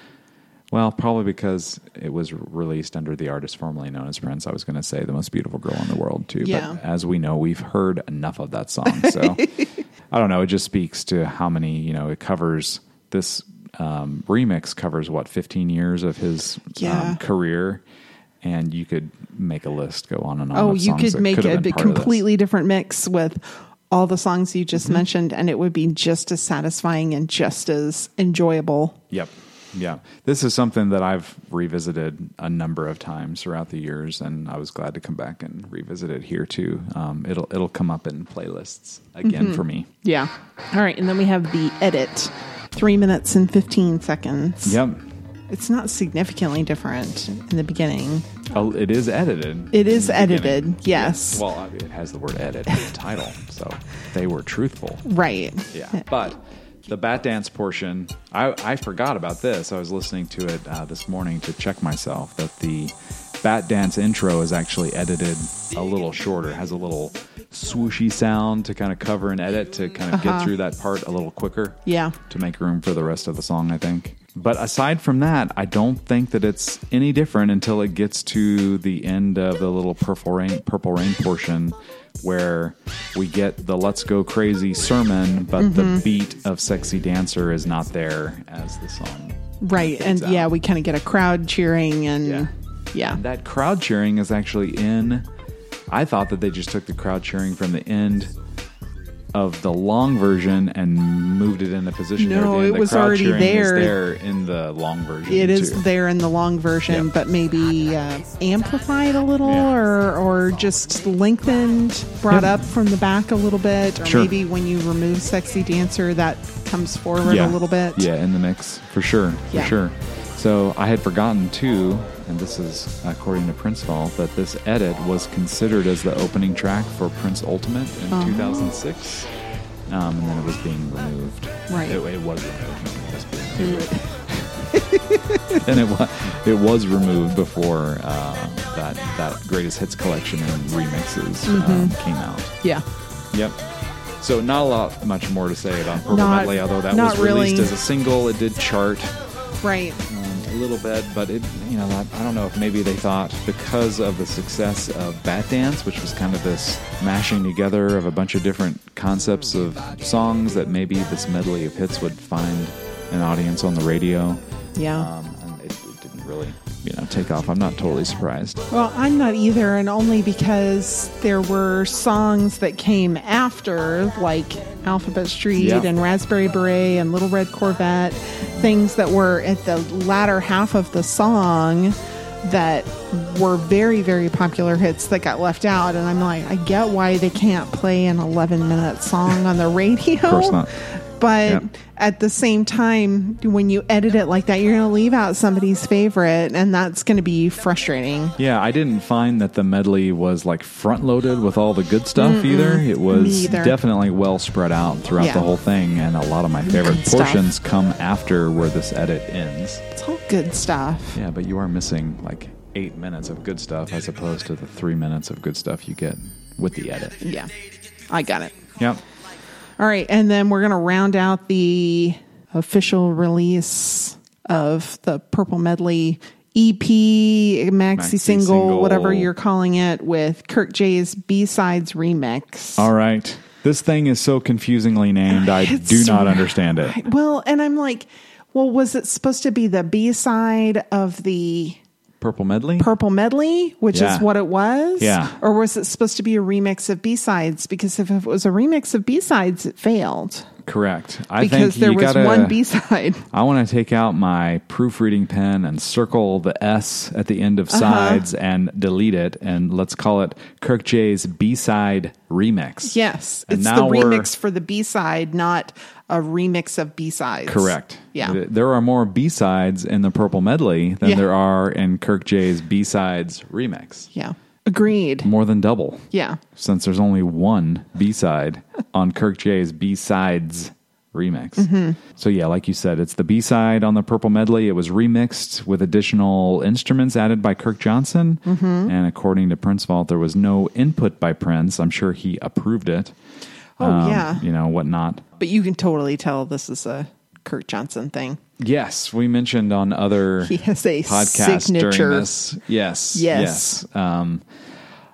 well, probably because it was released under the artist formerly known as Prince, I was going to say the most beautiful girl in the world, too. Yeah. But as we know, we've heard enough of that song. So I don't know. It just speaks to how many, you know, it covers this um, remix covers what, 15 years of his Yeah. um, career. And you could make a list, go on and on. oh, of you songs could that make have a been b- part of this. completely different mix with all the songs you just mentioned, and it would be just as satisfying and just as enjoyable. Yep. Yeah. This is something that I've revisited a number of times throughout the years, and I was glad to come back and revisit it here too. Um, it'll it'll come up in playlists again Mm-hmm. for me. Yeah. All right, and then we have the edit, three minutes and fifteen seconds. Yep. It's not significantly different in the beginning. Oh, it is edited. It is in the edited, beginning. yes. Well, I- it has the word edit in the title, so they were truthful. Right. Yeah. But the bat dance portion, I, I forgot about this. I was listening to it uh, this morning to check myself that the bat dance intro is actually edited a little shorter, has a little swooshy sound to kind of cover and edit to kind of Uh-huh. get through that part a little quicker. Yeah. To make room for the rest of the song, I think. But aside from that, I don't think that it's any different until it gets to the end of the little purple rain, purple rain portion, where we get the "Let's Go Crazy" sermon, but the beat of "Sexy Dancer" is not there as the song. Right. And out. yeah, we kind of get a crowd cheering and uh, yeah. Yeah. That crowd cheering is actually in. I thought that they just took the crowd cheering from the end of the long version and moved it into position. there at the No, end. it The was crowd already cheering is there. there in the long version. It is too. there in the long version, Yeah. but maybe uh, amplified a little Yeah. or, or just lengthened, brought Yeah. up from the back a little bit. Or Sure. maybe when you remove Sexy Dancer, that comes forward a little bit. Yeah, in the mix for sure, for Yeah. sure. So I had forgotten too, and this is according to Prince Paul, that this edit was considered as the opening track for Prince Ultimate in Uh-huh. 2006, um, and then it was being removed. Right. Mm. It, it was removed. It was being removed. and it was it was removed before uh, that that greatest hits collection and remixes Mm-hmm. um, came out. Yeah. Yep. So not a lot much more to say about Purple Not- Medley, although that not was released really. as a single. It did chart. Right. Um, it a little bit, but it, you know, I, I don't know if maybe they thought because of the success of Bat Dance, which was kind of this mashing together of a bunch of different concepts of songs, that maybe this medley of hits would find an audience on the radio. Yeah. Um, and it, it didn't really, you know, take off. I'm not totally surprised. Well, I'm not either, and only because there were songs that came after, like Alphabet Street Yeah. and Raspberry Beret and Little Red Corvette, things that were at the latter half of the song that were very, very popular hits that got left out. And I'm like, I get why they can't play an 11 minute song on the radio. Of course not. But Yeah. at the same time, when you edit it like that, you're going to leave out somebody's favorite, and that's going to be frustrating. Yeah, I didn't find that the medley was like front loaded with all the good stuff either. It was neither. definitely well spread out throughout Yeah. the whole thing, and a lot of my favorite Good stuff. portions come after where this edit ends. It's all Oh, good stuff. Yeah, but you are missing like eight minutes of good stuff as opposed to the three minutes of good stuff you get with the edit. Yeah. I got it. Yep. All right. And then we're going to round out the official release of the Purple Medley EP, maxi, Maxi single, single. whatever you're calling it, with Kirk J's B Sides remix. All right. This thing is so confusingly named. I It's do not r- understand it. Right. Well, and I'm like, well, was it supposed to be the B side of the Purple medley. Purple Medley, which Yeah. is what it was? Yeah. Or was it supposed to be a remix of B sides? Because if it was a remix of B sides, it failed. Correct. I because think there you was gotta, one B side. I want to take out my proofreading pen and circle the S at the end of Uh-huh. sides and delete it, and let's call it Kirk J's B side remix. Yes, And it's the now we're- remix for the B side, not a remix of B sides. Correct. Yeah. Th- There are more B sides in the Purple Medley than Yeah. there are in Kirk J's B sides remix. Yeah. Agreed. More than double. Yeah. Since there's only one B side on Kirk J's B sides remix. Mm-hmm. So, yeah, like you said, it's the B side on the Purple Medley. It was remixed with additional instruments added by Kirk Johnson. Mm-hmm. And according to Prince Vault, there was no input by Prince. I'm sure he approved it. Um, Oh yeah. You know, whatnot. But you can totally tell this is a Kurt Johnson thing. Yes, we mentioned on other He has a podcasts signature. during this. Yes. Yes. Um,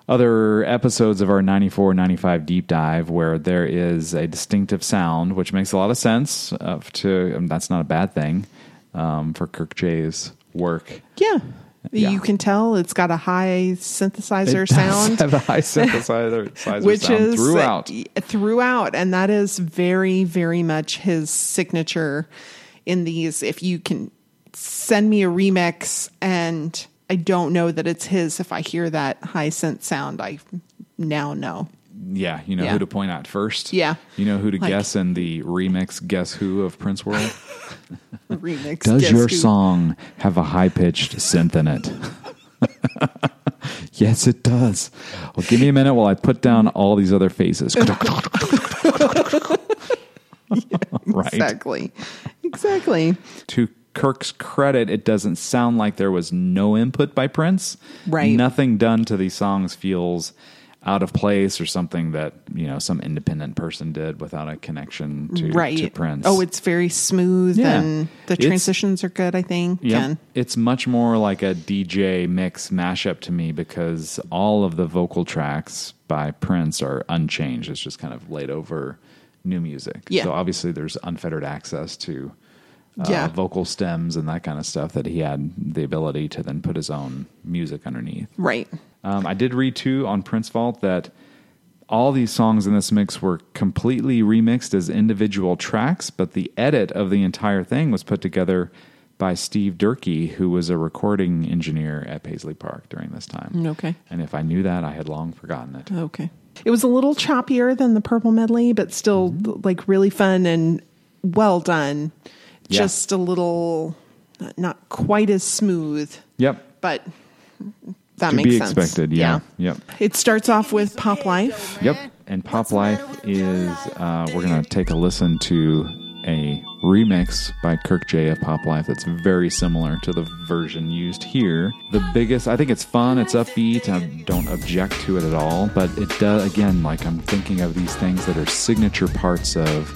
other episodes of our 94 95 deep dive where there is a distinctive sound, which makes a lot of sense. Of to and That's not a bad thing um, for Kirk J's work. Yeah. Yeah. You can tell it's got a high synthesizer It does sound. have a high synthesizer sizer which sound is uh, throughout. throughout and that is very very much his signature in these if you can send me a remix and i don't know that it's his if i hear that high synth sound i now know Yeah, you know Yeah. who to point at first. Yeah. You know who to Like- guess in the remix Guess Who of Prince World. remix Does guess your who? song have a high pitched synth in it? yes, it does. Well, give me a minute while I put down all these other faces. right. exactly exactly To Kirk's credit, it doesn't sound like there was no input by Prince. Right. Nothing done to these songs feels out of place or something that, you know, some independent person did without a connection to, right to Prince. oh it's very smooth Yeah. and the It's- transitions are good i think Yeah, and it's much more like a DJ mix mashup to me because all of the vocal tracks by Prince are unchanged. It's just kind of laid over new music. Yeah. So obviously there's unfettered access to uh, Yeah. vocal stems and that kind of stuff that he had the ability to then put his own music underneath. right Um, I did read too on Prince Vault that all these songs in this mix were completely remixed as individual tracks, but the edit of the entire thing was put together by Steve Durkee, who was a recording engineer at Paisley Park during this time. okay And if I knew that, I had long forgotten it. Okay. It was a little choppier than the Purple Medley, but still Mm-hmm. like really fun and well done. Yeah. Just a little, not- not quite as smooth, Yep. but that To makes be sense. expected. Yeah. Yep. It starts off with Pop Life. Yep. And Pop Life is, uh, we're going to take a listen to a remix by Kirk J of Pop Life that's very similar to the version used here. The biggest, I think it's fun, it's upbeat, I don't object to it at all, but it does, again, like I'm thinking of these things that are signature parts of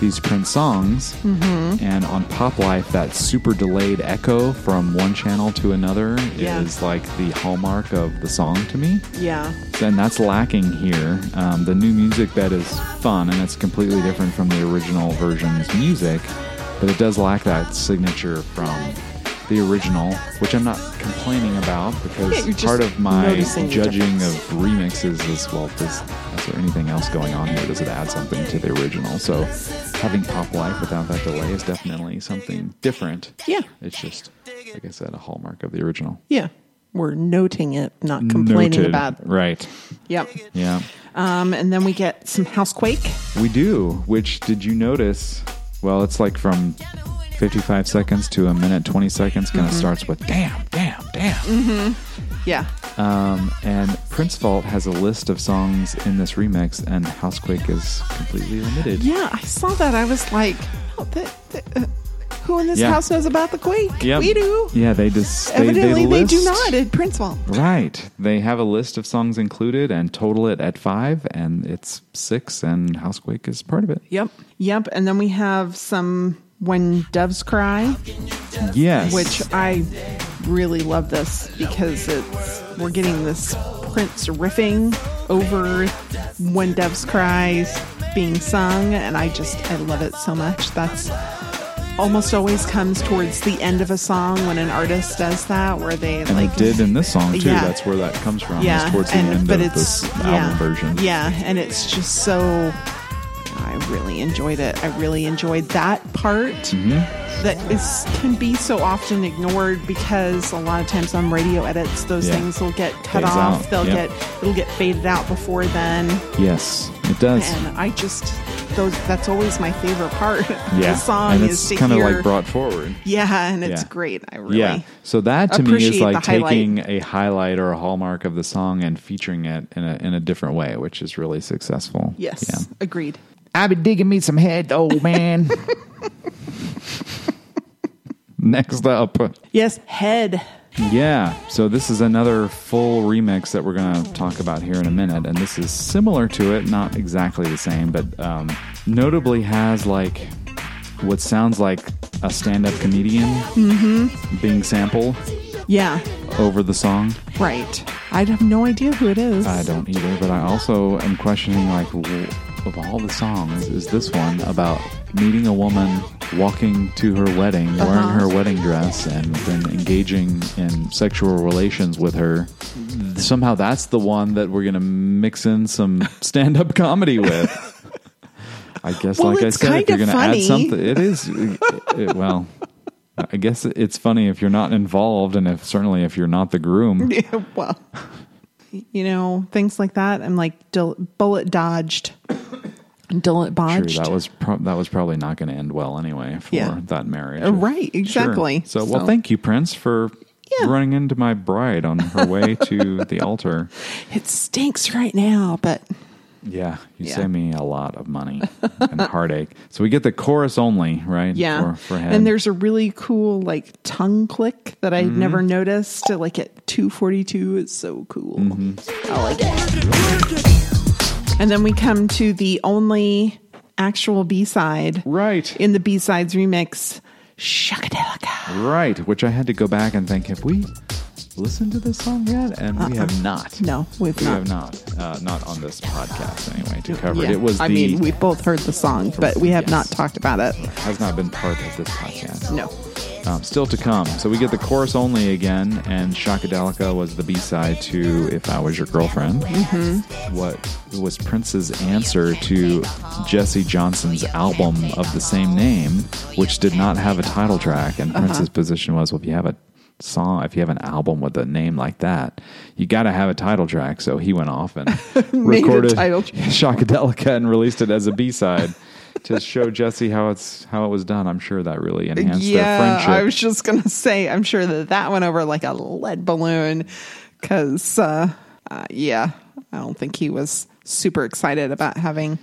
these Prince songs. And on Pop Life, that super delayed echo from one channel to another Yeah. is like the hallmark of the song to me. Yeah. And that's lacking here. Um, the new music bed is fun and it's completely different from the original version's music, but it does lack that signature from the original, which I'm not complaining about Yeah, because you're just part of my noticing the judging difference. of remixes is well, does, is there anything else going on here? Does it add something to the original? So having Pop Life without that delay is definitely something different. Yeah. It's just, like I said, a hallmark of the original. Yeah. We're noting it, not complaining Noted. about it. Right. Yep. Yeah. Um, and then we get some Housequake. We do, which did you notice? Well, it's like from 55 seconds to a minute 20 seconds Mm-hmm. kind of starts with damn, damn, damn. Yeah. Um, and Prince Fault has a list of songs in this remix, and Housequake is completely omitted. Yeah, I saw that. I was like, oh, th- th- uh, who in this Yeah. house knows about the quake? Yep. We do. Yeah, they just they, Evidently, they, do list- not at Princeville. Right. They have a list of songs included and total it at five, and it's six, and Housequake is part of it. Yep. Yep. And then we have some When Doves Cry, Yes. which I really love this because it's we're getting this Prince riffing over When Doves Cries being sung, and I just I love it so much. That's almost always comes towards the end of a song when an artist does that, where they and like it did in this song too. Yeah. That's where that comes from. yeah, is towards the and, end but of it's this yeah, album version. Yeah, and it's just so. I really enjoyed it. I really enjoyed that part Mm-hmm. that is can be so often ignored because a lot of times on radio edits, those Yeah. things will get cut Fades off. out, They'll yep. get it'll get faded out before then, Yes, it does. and I just those that's always my favorite part. of yeah, the song and is it's to kind of hear. like brought forward. yeah, and it's Yeah. great. I really Yeah, so that to me is Appreciate like the highlight. taking a highlight or a hallmark of the song and featuring it in a in a different way, which is really successful. yes Yeah. agreed. I be digging me some head, old man. Next up. Yes, head. Yeah. So this is another full remix that we're going to talk about here in a minute, and this is similar to it, not exactly the same, but um, notably has like what sounds like a stand-up comedian being sampled Yeah, over the song. Right. I'd have no idea who it is. I don't either, but I also am questioning like w- of all the songs, is this one about meeting a woman, walking to her wedding, Uh-huh. wearing her wedding dress, and then engaging in sexual relations with her? Somehow that's the one that we're gonna mix in some stand-up comedy with. I guess, Well, like I it's said, if kinda you're gonna funny. add something, it is. It, it- well, I guess it's funny if you're not involved, and if certainly if you're not the groom. well, you know, things like that. I'm like, dil- bullet dodged. Bullet True, bodged. that was pro- that was probably not going to end well anyway for Yeah. that marriage. Uh, right, Sure. exactly. So, well, So- thank you, Prince, for Yeah. running into my bride on her way to the altar. it stinks right now, but Yeah, you Yeah. save me a lot of money and heartache. So we get the chorus only, right? yeah. for, for head. and there's a really cool like tongue click that I'd Mm-hmm. never noticed. Like at 2:42, it's so cool. Mm-hmm. I like it. And then we come to the only actual B side right, in the B sides remix, Shakadelica. right. Which I had to go back and think: Have we listened to this song yet? And we have not. Uh-uh. No, we've we not. have not. Uh, not on this podcast anyway. To cover Yeah. it, it was I the mean, we've both heard the song, but we have Yes. not talked about it. has not been part of this podcast. No. um, still to come. So we get the chorus only again, and Shakadelica was the B side to "If I Was Your Girlfriend." Mm-hmm. What was Prince's answer to Jesse Johnson's album of the same name, which did not have a title track? And Uh-huh. Prince's position was, well, if you have a song, if you have an album with a name like that, you got to have a title track. So he went off and Made a recorded title track. Shakadelica and released it as a B side. To show Jesse how it's how it was done, I'm sure that really enhanced their yeah, friendship. I was just gonna say, I'm sure that that went over like a lead balloon, because uh, uh, yeah, I don't think he was super excited about having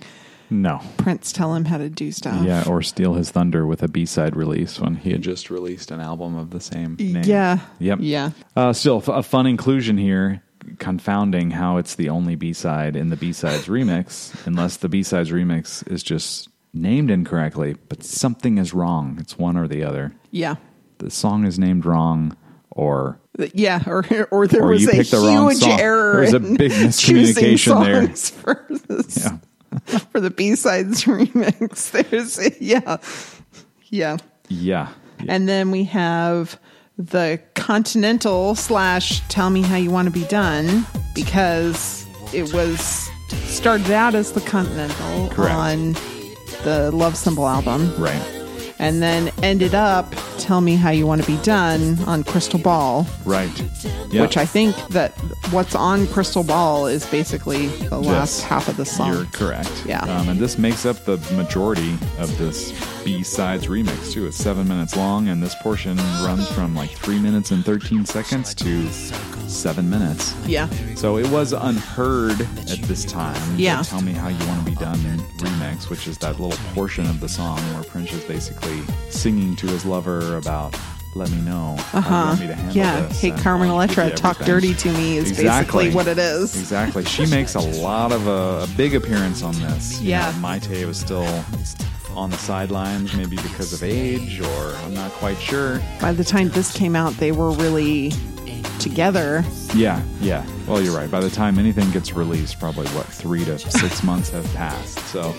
No. Prince tell him how to do stuff. Yeah, or steal his thunder with a B side release when he had just released an album of the same name. Yeah. Yep. Yeah. Uh, still, f- a fun inclusion here, confounding how it's the only B side in the B sides remix, unless the B sides remix is just named incorrectly, but something is wrong. It's one or the other. Yeah. The song is named wrong, or Th- Yeah, or or there Or was you a picked the huge wrong song. error. There was a in big choosing miscommunication there. songs For, this, Yeah. for the B sides remix, there's yeah, yeah, yeah, and then we have the Continental slash Tell Me How You Want to Be Done because it was started out as the Continental Correct. on the Love Symbol album, right, and then ended up Tell Me How You Want to Be Done on Crystal Ball right, yeah. which I think that what's on Crystal Ball is basically the last Yes. half of the song. You're correct. Yeah. Um, and this makes up the majority of this B sides remix, too. It's seven minutes long, and this portion runs from like three minutes and 13 seconds to seven minutes. yeah, So it was unheard at this time. the Yeah. Tell me how you want to be done remix, which is that little portion of the song where Prince is basically singing to his lover about. Let me know. Uh Uh-huh. huh. Yeah. Hey, Carmen Electra, talk dirty to me is basically what it is. Exactly. She makes a lot of a, a big appearance on this. You Yeah. know, Maite was still on the sidelines, maybe because of age, or I'm not quite sure. by the time this came out, they were really together. Yeah, yeah. Well, you're right. By the time anything gets released, probably what three to six months have passed. So,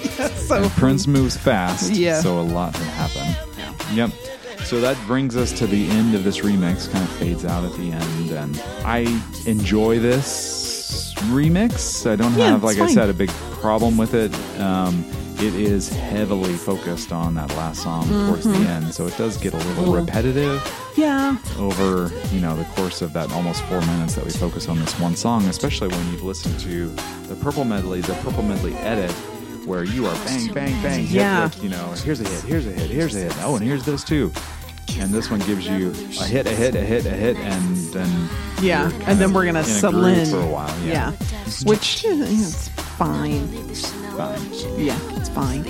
So- and Prince moves fast. Yeah. So a lot can happen. Yep. So that brings us to the end of this remix. Kind of fades out at the end, and I enjoy this remix. I don't Yeah, have, it's like I fine. said, a big problem with it. Um, it is heavily focused on that last song towards the Mm-hmm. end, so it does get a little repetitive Yeah, over you know the course of that almost four minutes that we focus on this one song, especially when you've listened to the purple medley, the purple medley edit, where you are bang, bang, bang, hit Yeah. with, you know, here's a hit, here's a hit, here's a hit. Oh, and here's this too. And this one gives you a hit, a hit, a hit, a hit, and then yeah, you're kind and then of we're gonna in a settle groove in for a while. Yeah, which yeah, it's fine. fine. Yeah, it's fine.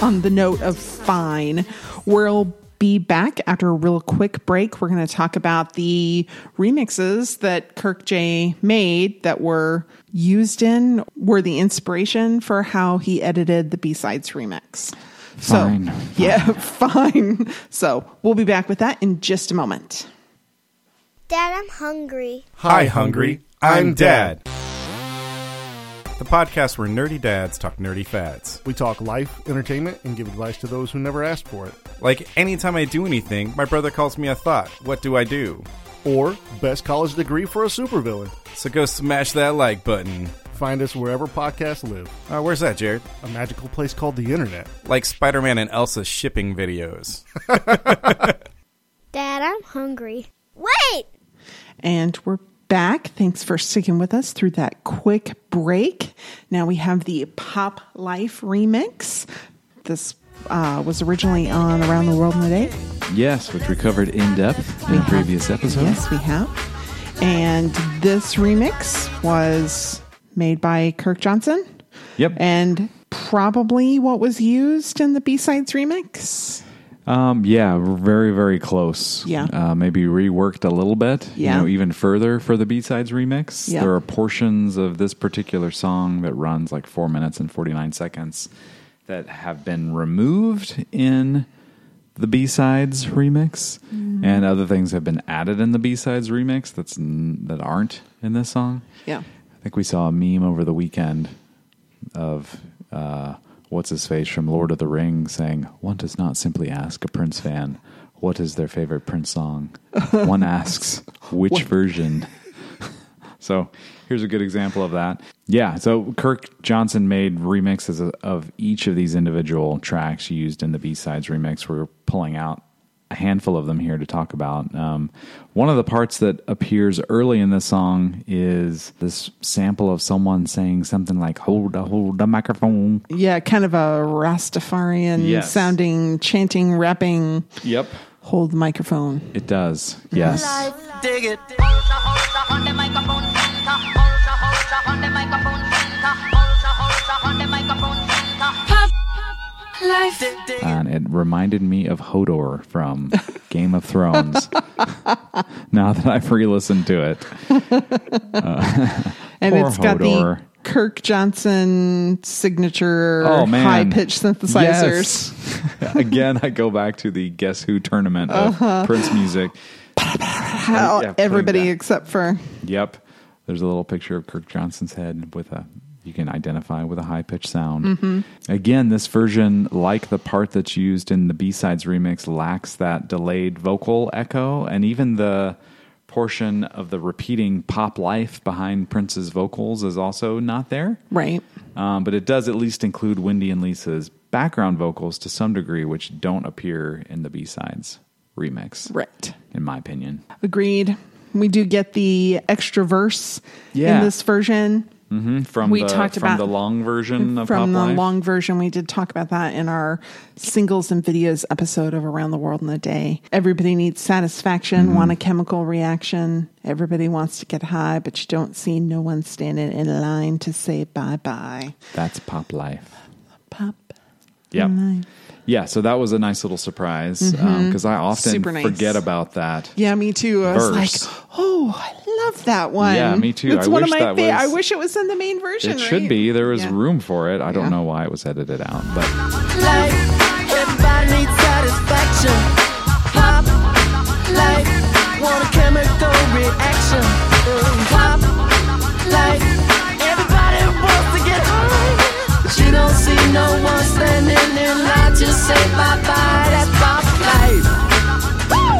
On the note of fine, we'll be back after a real quick break. We're going to talk about the remixes that Kirk J made that were used in, were the inspiration for how he edited the B sides remix. Fine. So, yeah, fine. So, we'll be back with that in just a moment. Dad, I'm hungry. Hi, Hungry. I'm Dad. The podcast where nerdy dads talk nerdy fads. We talk life, entertainment, and give advice to those who never asked for it. Like, anytime I do anything, my brother calls me a thought. What do I do? Or best college degree for a supervillain. So go smash that like button. Find us wherever podcasts live, Uh, where's that, Jared? a magical place called the internet. Like Spider Man and Elsa shipping videos. Dad, I'm hungry. Wait! And we're back. Thanks for sticking with us through that quick break. Now we have the Pop Life remix. This uh, was originally on Around the World in a Day. Yes, which we covered in depth in a previous episode. Yes, we have. And this remix was made by Kirk Johnson. Yep. And probably what was used in the B Sides remix. Um, yeah, we're very, very close. Yeah. Uh, maybe reworked a little bit, Yeah. you know, even further for the B-sides remix. Yeah. There are portions of this particular song that runs like four minutes and 49 seconds that have been removed in the B-sides remix and other things have been added in the B-sides remix that's n- that aren't in this song. Yeah. I think we saw a meme over the weekend of uh, what's his face from Lord of the Rings saying, "One does not simply ask a Prince fan what is their favorite Prince song. One asks which version." so here's a good example of that. Yeah, so Kirk Johnson made remixes of- of each of these individual tracks used in the B sides remix. We're pulling out a handful of them here to talk about. Um, one of the parts that appears early in the song is this sample of someone saying something like "Hold the hold the microphone." Yeah, kind of a Rastafarian Yes. sounding, chanting, rapping, Yep, hold the microphone. it does. Yes, Dig it. Ultra, ultra on the microphone center. Ultra, ultra on the microphone center. Ultra, ultra on the microphone center. Pop, life. Dig, dig it. and it reminded me of Hodor from Game of Thrones. now that I've re-listened to it, And Poor it's got the Hodor. Kirk Johnson signature Oh man, high pitched synthesizers. Yes. Again, I go back to the Guess Who tournament of Prince music. How Yeah, putting Uh-huh. everybody that- except for Yep, there's a little picture of Kirk Johnson's head with a you can identify with a high pitched sound. Mm-hmm. Again, this version, like the part that's used in the B sides remix, lacks that delayed vocal echo and even the portion of the repeating pop life behind Prince's vocals is also not there. right. Um, but it does at least include Wendy and Lisa's background vocals to some degree, which don't appear in the B sides remix. Right. In my opinion. Agreed. We do get the extra verse Yeah. in this version. Mm, From We the, talked from about- the long version of Pop From the Life. long version, we did talk about that in our singles and videos episode of Around the World in a Day. Everybody needs Mm-hmm. satisfaction, want a chemical reaction. Everybody wants to get high, but you don't see no one standing in line to say bye bye. That's Pop Life. Pop. Yep. Life. Mm-hmm. Yeah, so that was a nice little surprise because I often Super nice. forget about that. Yeah, me too. I Verse. was like, oh, I love that one. Yeah, me too. It's I one wish of my that fa- I was- wish it was in the main version. It should right? be. There was Yeah. room for it. I don't Yeah. know why it was edited out, but Life, everybody needs satisfaction. Pop, life, want a chemical reaction. Pop, life, everybody wants to get high. But you don't see no one standing in line, just say bye bye. That's pop life. Woo!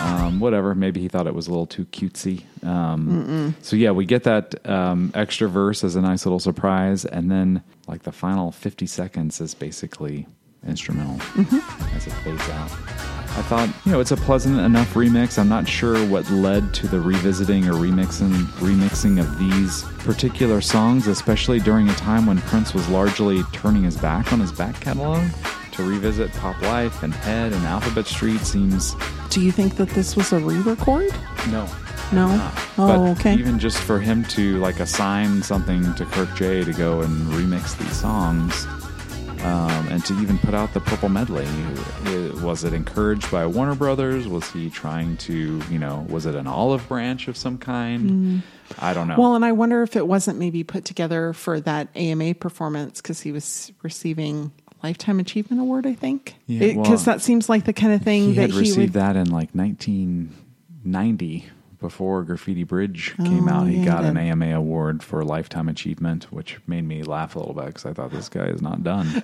um, whatever. Maybe he thought it was a little too cutesy. Um, so yeah, we get that um, extra verse as a nice little surprise, and then like the final fifty seconds is basically instrumental as it fades out. I thought, you know, it's a pleasant enough remix. I'm not sure what led to the revisiting or remixing remixing of these particular songs, especially during a time when Prince was largely turning his back on his back catalog. To revisit Pop Life and Head and Alphabet Street seems Do you think that this was a re-record? no. No? Not. Oh, but okay. Even just for him to like assign something to Kirk J to go and remix these songs, um, and to even put out the Purple Medley, i- was it encouraged by Warner Brothers? Was he trying to, you know, was it an olive branch of some kind? I don't know. Mm. Well, and I wonder if it wasn't maybe put together for that AMA performance because he was receiving lifetime achievement award. I think Yeah, because well, that seems like the kind of thing he that had he received would. that in like 1990 before graffiti bridge came Oh, out he yeah, got an that- ama award for lifetime achievement which made me laugh a little bit because i thought this guy is not done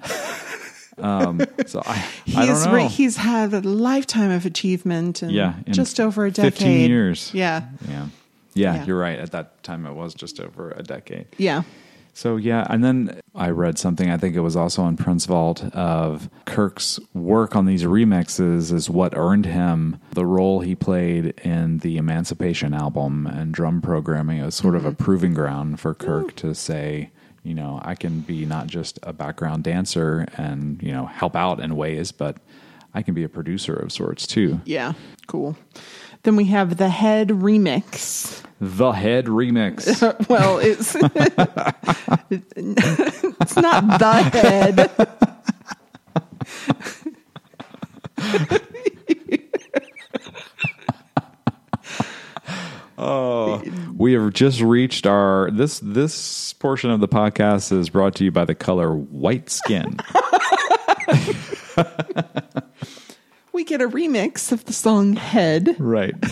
um, so i, I don't He's know re- he's had a lifetime of achievement in, yeah in just over a decade. 15 years Yeah. yeah yeah, Yeah. you're right. At that time, it was just over a decade. Yeah. So yeah, and then I read something. I think it was also on Prince Vault of Kirk's work on these remixes is what earned him the role he played in the Emancipation album and drum programming. It was sort of a proving ground for Kirk to say, you know, I can be not just a background dancer and you know help out in ways, but I can be a producer of sorts too. Yeah. Cool. Then we have the head remix. The Head remix. well, it's it's not the head. We have just reached our this this portion of the podcast is brought to you by the color white skin. We get a remix of the song Head. right.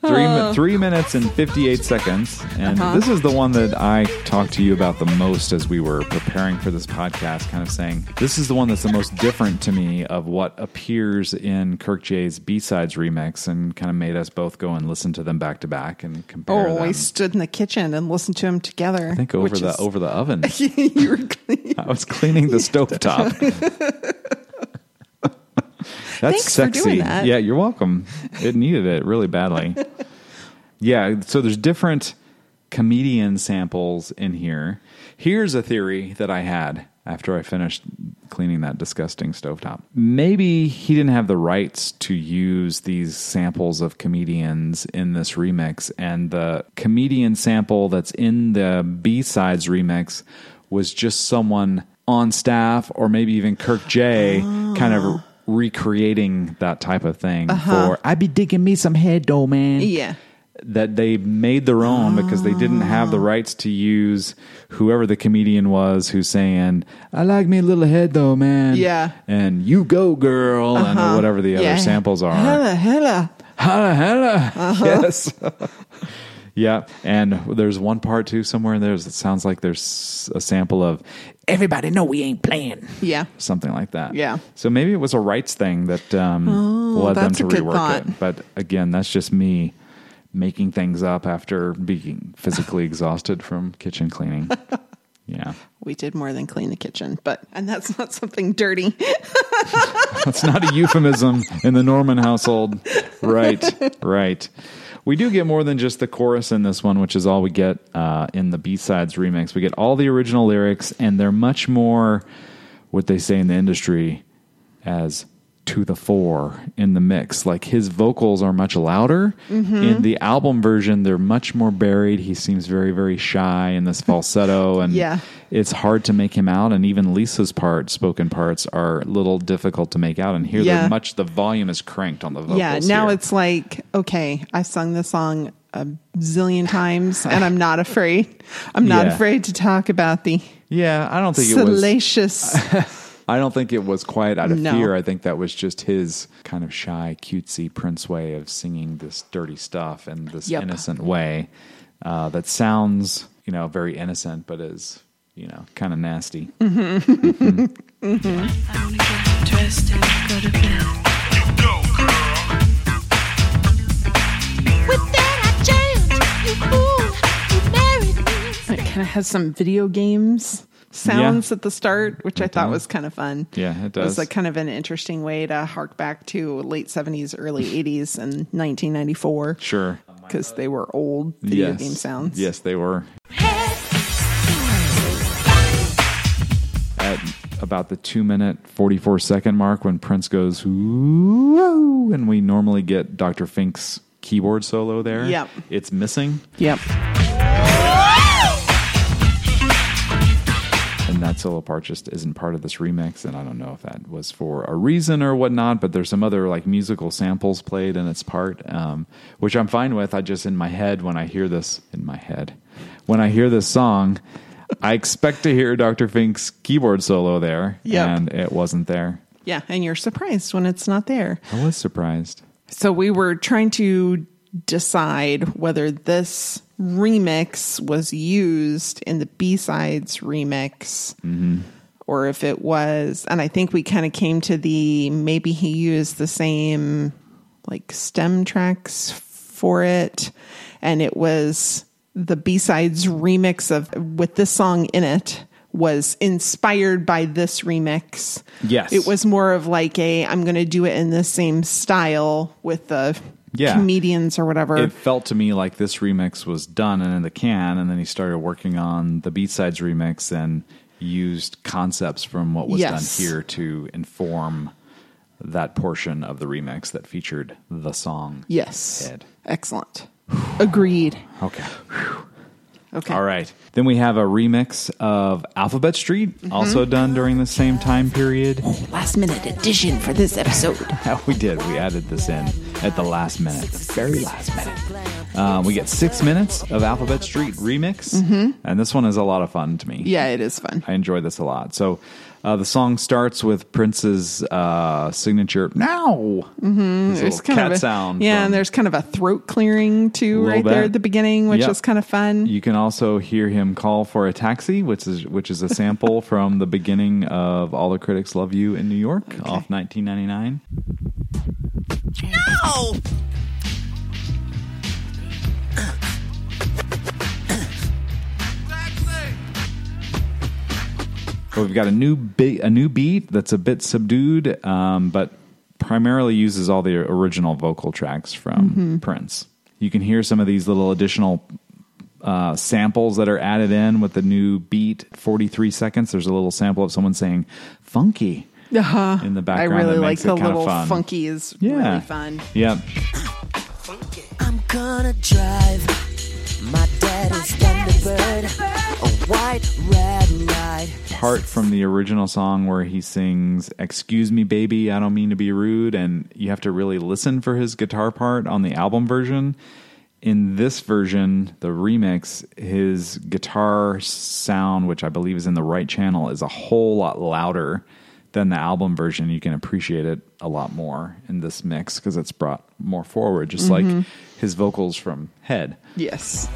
three, Uh. mi- three minutes and 58 seconds. And Uh-huh. this is the one that I talked to you about the most as we were preparing for this podcast, kind of saying, this is the one that's the most different to me of what appears in Kirk J's B sides remix, and kind of made us both go and listen to them back to back and compare. Oh, them. I stood in the kitchen and listened to them together. I think over which the is- over the oven. you were clean. I was cleaning the stovetop. That's Thanks for sexy. doing that. Yeah, you're welcome. It needed it really badly. yeah, so there's different comedian samples in here. Here's a theory that I had after I finished cleaning that disgusting stovetop. Maybe he didn't have the rights to use these samples of comedians in this remix, and the comedian sample that's in the B sides remix was just someone on staff or maybe even Kirk J kind of recreating that type of thing for I'd be digging me some head though man Yeah. that they made their own because they didn't have the Ah. rights to use whoever the comedian was who's saying, I like me a little head though, man. Yeah. Uh-huh. And you go, girl, and whatever the other Yeah. samples are. Hella, hella. Hella, hella. Uh-huh. Yes. yeah. And there's one part too somewhere in there that sounds like there's a sample of everybody know we ain't playing. Yeah. Something like that. Yeah. Oh, So maybe it was a rights thing that um, led them that's to a good rework thought. it. But again, that's just me making things up after being physically exhausted from kitchen cleaning. yeah. We did more than clean the kitchen, but, and that's not something dirty. That's not a euphemism in the Norman household. Right, right. We do get more than just the chorus in this one, which is all we get uh, in the B sides remix. We get all the original lyrics, and they're much more what they say in the industry as to the fore in the mix. Like his vocals are much louder. In the album version, they're much more buried. He seems very, very shy in this falsetto, and Yeah. it's hard to make him out and even lisa's part spoken parts are a little difficult to make out and here Yeah. they're much the volume is cranked on the vocals yeah. Now here. it's like, okay, I sung this song a zillion times and I'm not afraid. I'm not Yeah. afraid to talk about the yeah i don't think it was salacious. i don't think it was quite out of No. fear i think that was just his kind of shy cutesy prince way of singing this dirty stuff in this Yep. innocent way uh, that sounds you know very innocent but is you know kind of nasty Mm. I wanna get dressed and go to bed. With that, I changed. You fool. You married me. it kind of has some video games sounds at the start, which I thought was kind of fun. Mm-hmm. Yeah, it It does. was like kind of an interesting way to hark back to late 70s, early 80s, and 1994. sure Because they were old video yes game sounds. yes they were at about the two minute, 44 second mark when Prince goes, whoa, and we normally get Dr. Fink's keyboard solo there. Yep. It's missing, Yep. and that solo part just isn't part of this remix. And I don't know if that was for a reason or whatnot, but there's some other like musical samples played in its part, um, which I'm fine with. I just, in my head, when I hear this, in my head, when I hear this song, I expect to hear Dr. Fink's keyboard solo there, Yep. and it wasn't there. Yeah. And you're surprised when it's not there. I was surprised. So we were trying to decide whether this remix was used in the B-sides remix or if it was and I think we kind of came to the maybe he used the same like stem tracks for it and it was the B-sides remix of with this song in it was inspired by this remix. Yes. It was it's more of like a I'm going to do it in the same style with the Yeah. comedians or whatever. it felt to me like this remix was done and in the can, and then he started working on the B-sides remix and used concepts from what was Yes. done here to inform that portion of the remix that featured the song. yes. Ed. Excellent. Agreed. Okay. Okay. All right. Then we have a remix of Alphabet Street, also done during the same time period. Last minute addition for this episode. we did. We added this in at the last minute, the very last minute. Um, we get six minutes of Alphabet Street remix, and this one is a lot of fun to me. Yeah, it is fun. I enjoy this a lot. So uh, the song starts with Prince's uh, signature now. Mm-hmm. There's cat of a, sound. Yeah, from- and there's kind of a throat clearing too Little right there bit. at the beginning, which Yep. is kind of fun. You can also hear him call for a taxi, which is which is a sample from the beginning of All the Critics Love You in New York off 1999. No! But we've got a new beat, a new beat that's a bit subdued, um, but primarily uses all the original vocal tracks from Prince. You can hear some of these little additional uh, samples that are added in with the new beat. Forty-three seconds. There's a little sample of someone saying "funky" in the Uh-huh. I background. really that like makes the it kind little of fun. funky is really fun. Yep. I'm gonna drive my daddy's Thunderbird, a white red light. Part from the original song where he sings "Excuse me, baby, I don't mean to be rude," and you have to really listen for his guitar part on the album version. in this version, the remix, his guitar sound, which I believe is in the right channel, is a whole lot louder than the album version. You can appreciate it a lot more in this mix because it's brought more forward, just like his vocals from Head. Yes.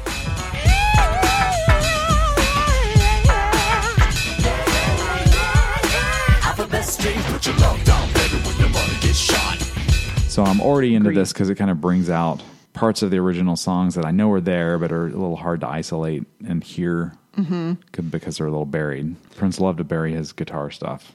So I'm already into this because it kind of brings out parts of the original songs that I know are there but are a little hard to isolate and hear Mm-hmm. c- because they're a little buried. Prince loved to bury his guitar stuff.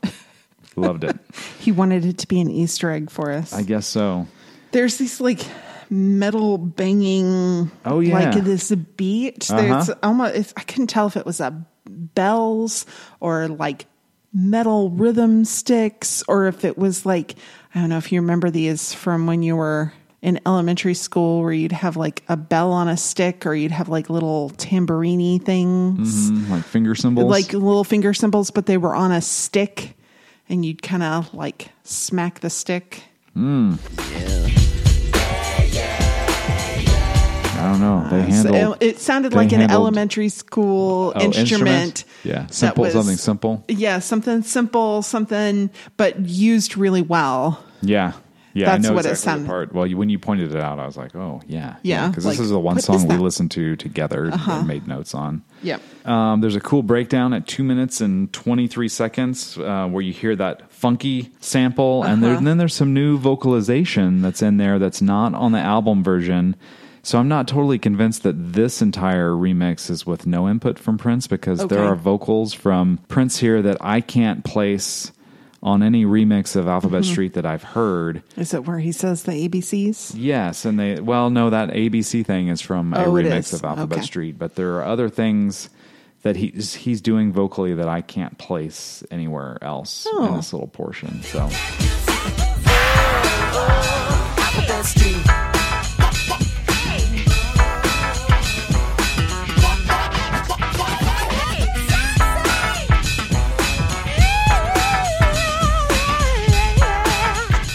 loved it. He wanted it to be an Easter egg for us. I guess so. There's these like metal banging. Oh, yeah. like this beat. There's Uh-huh. almost. It's, I couldn't tell if it was a bells or like metal rhythm sticks or if it was like I don't know if you remember these from when you were in elementary school where you'd have like a bell on a stick or you'd have like little tamborini things Mm, Like finger symbols. like little finger symbols but they were on a stick and you'd kind of like smack the stick I don't know. They uh, So handled. it, it sounded they like an handled- elementary school oh, instrument. Yeah, that simple. was- something simple. Yeah, something simple, something, but used really well. Yeah. Yeah, That's I know what it exactly sounded- the part. Well, you, when you pointed it out, I was like, "Oh, yeah, Yeah, Because like, this is the one what is song we that? listened to together Uh-huh. and made notes on. Yep. Um, there's a cool breakdown at two minutes and 23 seconds uh, where you hear that funky sample. And, there, and then there's some new vocalization that's in there that's not on the album version. So I'm not totally convinced that this entire remix is with no input from Prince because there Okay. are vocals from Prince here that I can't place on any remix of Alphabet Street that I've heard. Is it where he says the ABCs? Yes, and they well, no, that ABC thing is from a Oh, it remix is. of Alphabet Okay. Street, but there are other things that he's he's doing vocally that I can't place anywhere else in Oh. this little portion. So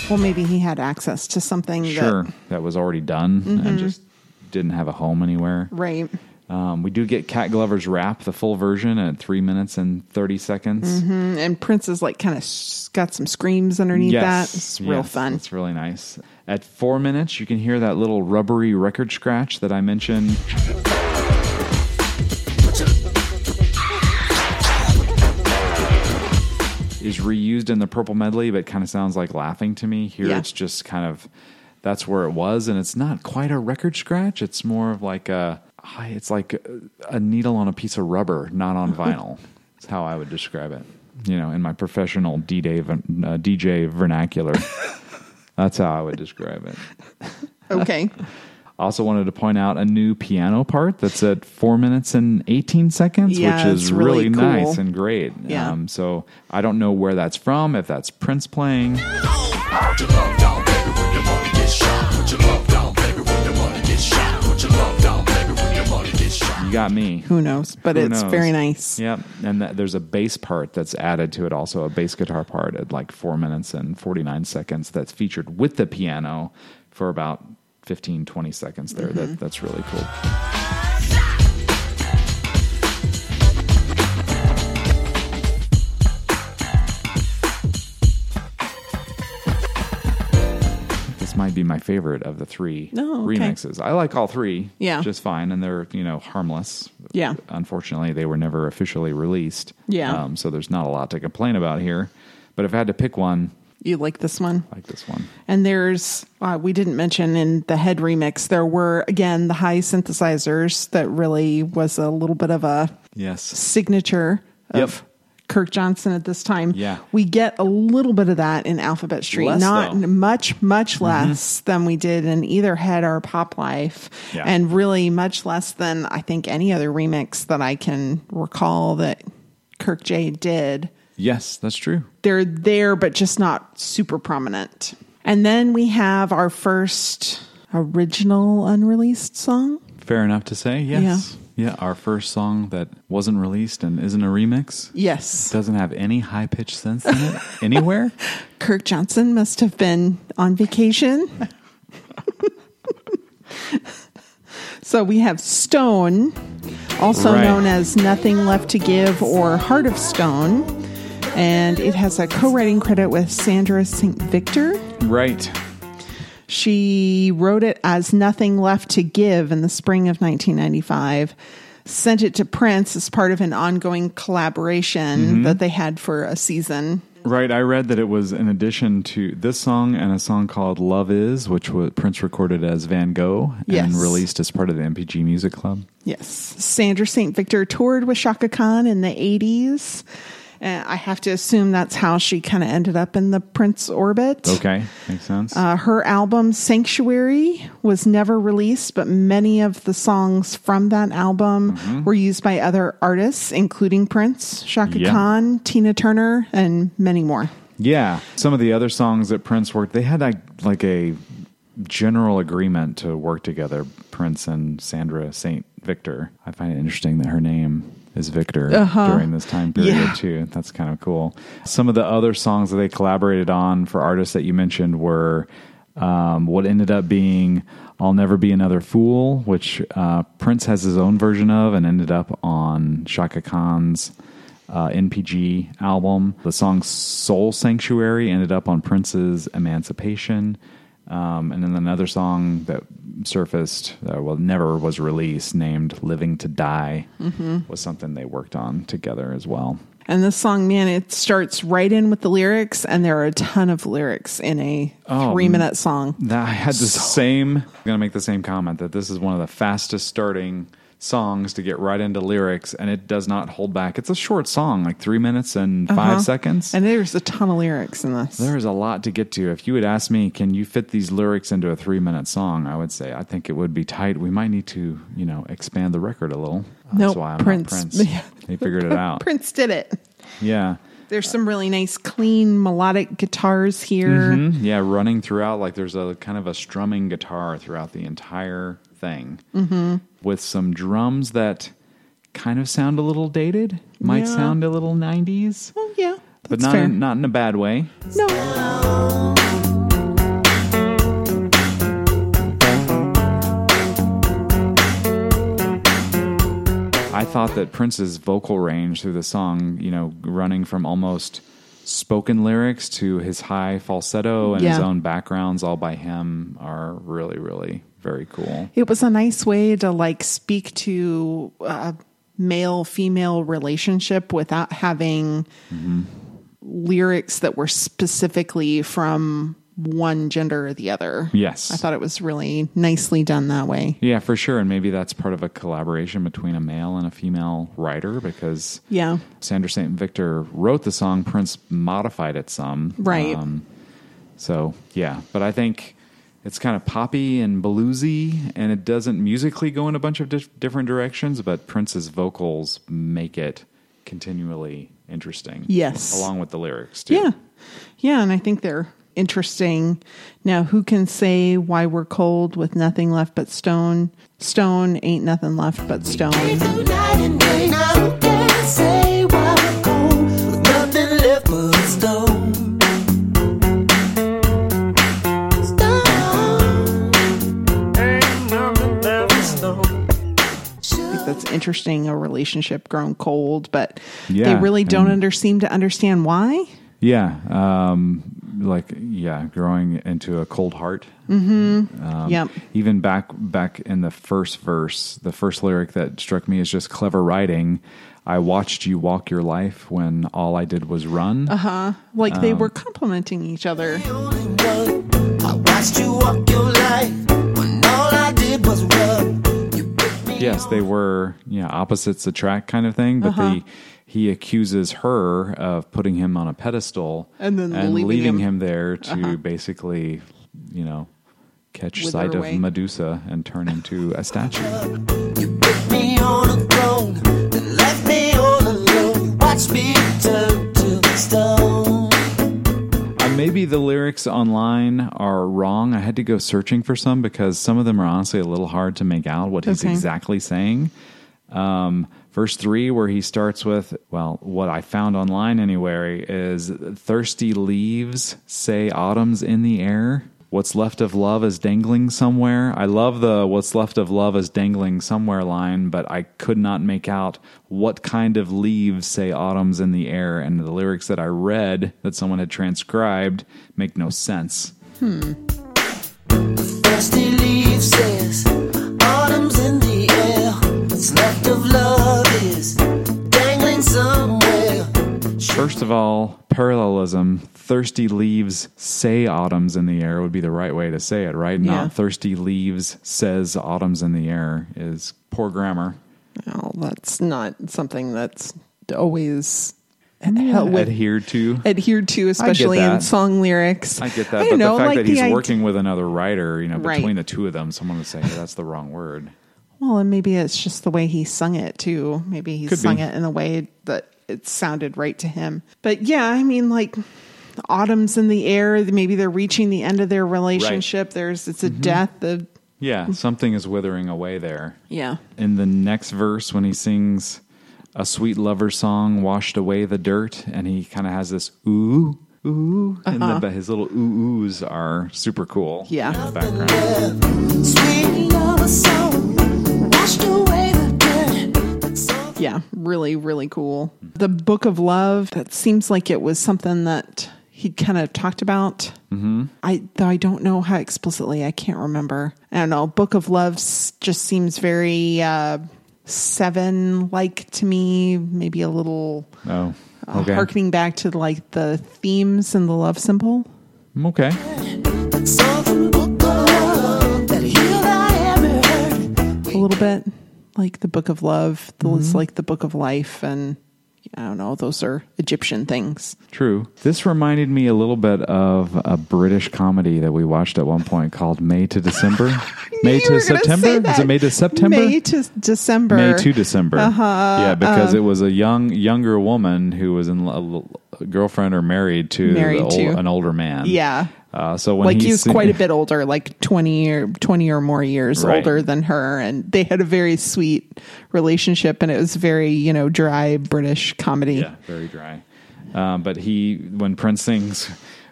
Well, maybe he had access to something. sure, That, that was already done Mm-hmm. and just didn't have a home anywhere. right. Um, we do get Cat Glover's rap, the full version, at three minutes and thirty seconds. Mm, And Prince is like kind of got some screams underneath that. It's real yes, fun. It's really nice. At four minutes, you can hear that little rubbery record scratch that I mentioned. Is reused in the purple medley, but kind of sounds like laughing to me. Here Yeah. it's just kind of that's where it was, and it's not quite a record scratch. It's more of like a hi, it's like a- a needle on a piece of rubber, not on vinyl. That's how I would describe it. You know, in my professional DJ vern- uh, DJ vernacular, that's how I would describe it. Okay. Also wanted to point out a new piano part that's at four minutes and eighteen seconds, Yeah, which is it's really really, cool. nice and great. Um, Yeah. so I don't know where that's from, if that's Prince playing. You got me. Who knows? But Who it's knows? very nice. Yep. And that, there's a bass part that's added to it, also a bass guitar part at like four minutes and 49 seconds that's featured with the piano for about 15, 20 seconds there. Mm-hmm. That, that's really cool. This might be my favorite of the three Oh, okay. remixes. I like all three Yeah. just fine, and they're, you know, harmless Yeah. unfortunately, they were never officially released. Yeah. Um, so there's not a lot to complain about here. But if I had to pick one, You like this one? I like this one. And there's, uh, we didn't mention in the head remix, there were, again, the high synthesizers that really was a little bit of a Yes. signature of Yep. Kirk Johnson at this time. Yeah. We get a little bit of that in Alphabet Street, Less, not though. Mm-hmm. much, much less than we did in either Head or Pop Life, Yeah. and really much less than I think any other remix that I can recall that Kirk J did Yes, that's true. they're there but just not super prominent. And then we have our first original unreleased song. Fair enough to say. Yes. Yeah. Our first song that wasn't released and isn't a remix. Yes. Doesn't have any high pitched sense in it anywhere. Kirk Johnson must have been on vacation. So we have Stone, also Right. known as Nothing Left to Give or Heart of Stone. And it has a co writing credit with Sandra St. Victor. Right. She wrote it as Nothing Left to Give in the spring of 1995, sent it to Prince as part of an ongoing collaboration that they had for a season. Right. I read that it was in addition to this song and a song called Love Is, which was Prince recorded as Van Gogh and Yes. released as part of the MPG Music Club. Yes. Sandra St. Victor toured with Shaka Khan in the 80s. Uh, I have to assume that's how she kind of ended up in the Prince orbit. Okay. Makes sense. Uh, her album Sanctuary was never released, but many of the songs from that album Mm-hmm. were used by other artists, including Prince, Shaka Yeah. Khan, Tina Turner, and many more. Yeah, some of the other songs that Prince worked, they had like, like a general agreement to work together. Prince and Sandra Saint Victor. I find it interesting that her name is Victor during this time period Uh-huh. Yeah. too. That's kind of cool. Some of the other songs that they collaborated on for artists that you mentioned were um, what ended up being "I'll Never Be Another Fool," which uh, Prince has his own version of, and ended up on Shaka Khan's uh, NPG album. The song Soul Sanctuary ended up on Prince's Emancipation. Um, and then another song that surfaced, uh, well, never was released, named Living to Die, was something they worked on together as well. And this song, man, it starts right in with the lyrics, and there are a ton of lyrics in a Oh, three minute song. That I had the same. I'm gonna make the same comment that this is one of the fastest starting songs to get right into lyrics, and it does not hold back. It's a short song, like three minutes and 5 seconds. Uh-huh. And there's a ton of lyrics in this. There is a lot to get to. If you had asked me, can you fit these lyrics into a three minute song? I would say I think it would be tight. We might need to, you know, expand the record a little. Nope, That's why I'm Prince. not Prince. Yeah. He figured it out. Prince did it. Yeah. There's some really nice, clean, melodic guitars here. Mm, Yeah, running throughout, like there's a kind of a strumming guitar throughout the entire thing with some drums that kind of sound a little dated, might Yeah. sound a little 90s, Well, yeah, that's but not fair. in, not in a bad way. no. I thought that Prince's vocal range through the song, you know, running from almost spoken lyrics to his high falsetto and his Yeah. own backgrounds all by him are really, really very cool. It was a nice way to like speak to a male female relationship without having lyrics that were specifically from one gender or the other. Yes. I thought it was really nicely done that way. Yeah, for sure. And maybe that's part of a collaboration between a male and a female writer because Yeah. Sandra St. Victor wrote the song, Prince modified it some. Um, Right. so, yeah. But I think it's kind of poppy and bluesy, and it doesn't musically go in a bunch of dif- different directions, but Prince's vocals make it continually interesting. Yes. Along with the lyrics, too. Yeah. Yeah. And I think they're interesting. Now, who can say why we're cold with nothing left but stone? Stone ain't nothing left but stone. Night and day, now can't say why I'm cold. with Nothing left but stone. that's interesting a relationship grown cold but Yeah, they really don't and- under seem to understand why Yeah. Um, like, yeah, growing into a cold heart. Um, yep even back back in the first verse the first lyric that struck me is just clever writing i watched you walk your life when all i did was run Uh-huh. like they um, were complimenting each other I watched you walk your life when all I did was run. yes they were you know opposites attract kind of thing but Uh-huh. the he accuses her of putting him on a pedestal And then leaving him. leaving Uh-huh. him, there to basically you know catch Wither sight away. of medusa and turn into a statue Put me on a throne, then left me all alone. Watch me turn to stone. Uh, maybe the lyrics online are wrong. I had to go searching for some because some of them are honestly a little hard to make out what he's Okay. exactly saying. Um, verse three, where he starts with, well, what I found online anywhere is thirsty leaves say autumn's in the air. What's left of love is dangling somewhere. I love the what's left of love is dangling somewhere line, but I could not make out what kind of leaves say autumn's in the air, and the lyrics that I read that someone had transcribed make no sense. Dusty leaves says autumn's in the air. What's left of love is dangling somewhere. First of all, parallelism. Thirsty leaves say autumn's in the air would be the right way to say it, right? Yeah. Not thirsty leaves says autumn's in the air is poor grammar. Well, that's not something that's always hel- with- Adhered to. adhered to, especially in that. song lyrics. I get I that, don't but know, the fact like that he's id- working with another writer, you know, Right. between the two of them, someone would say "Hey, that's the wrong word. Well, and maybe it's just the way he sung it too. Maybe he Could sung be. it in a way that it sounded right to him. But yeah, I mean, like autumn's in the air. Maybe they're reaching the end of their relationship. There's it's a Mm-hmm. death. Of, Yeah, Mm. something is withering away there. yeah, in the next verse when he sings a sweet lover song washed away the dirt and he kind of has this ooh ooh and the, but his little ooh oohs are super cool Uh-huh. Yeah. in the background Sweet lover song washed away the dirt. But so yeah, really, really cool. The Book of Love. That seems like it was something that he kind of talked about. Mm-hmm. I though I don't know how explicitly. I can't remember. I don't know. Book of Love s- just seems very uh, seven like to me. Maybe a little oh uh, okay harkening back to like the themes and the love symbol. Mm, okay Something book of love that healed I ever heard. a little bit like the book of love the, it's Mm-hmm. like the book of life and i don't know those are egyptian things true this reminded me a little bit of a british comedy that we watched at one point called may to december may You to were gonna september say is that. it may to september may to Uh-huh. december May to December. Yeah, because Um, it was a young younger woman who was in lo- a girlfriend or married to, Married the ol- to. an older man. yeah Uh, so when like he he was sing- quite a bit older like 20 or 20 or more years Right. older than her and they had a very sweet relationship and it was very you know dry british comedy Yeah, very dry. Um, but he when Prince sings,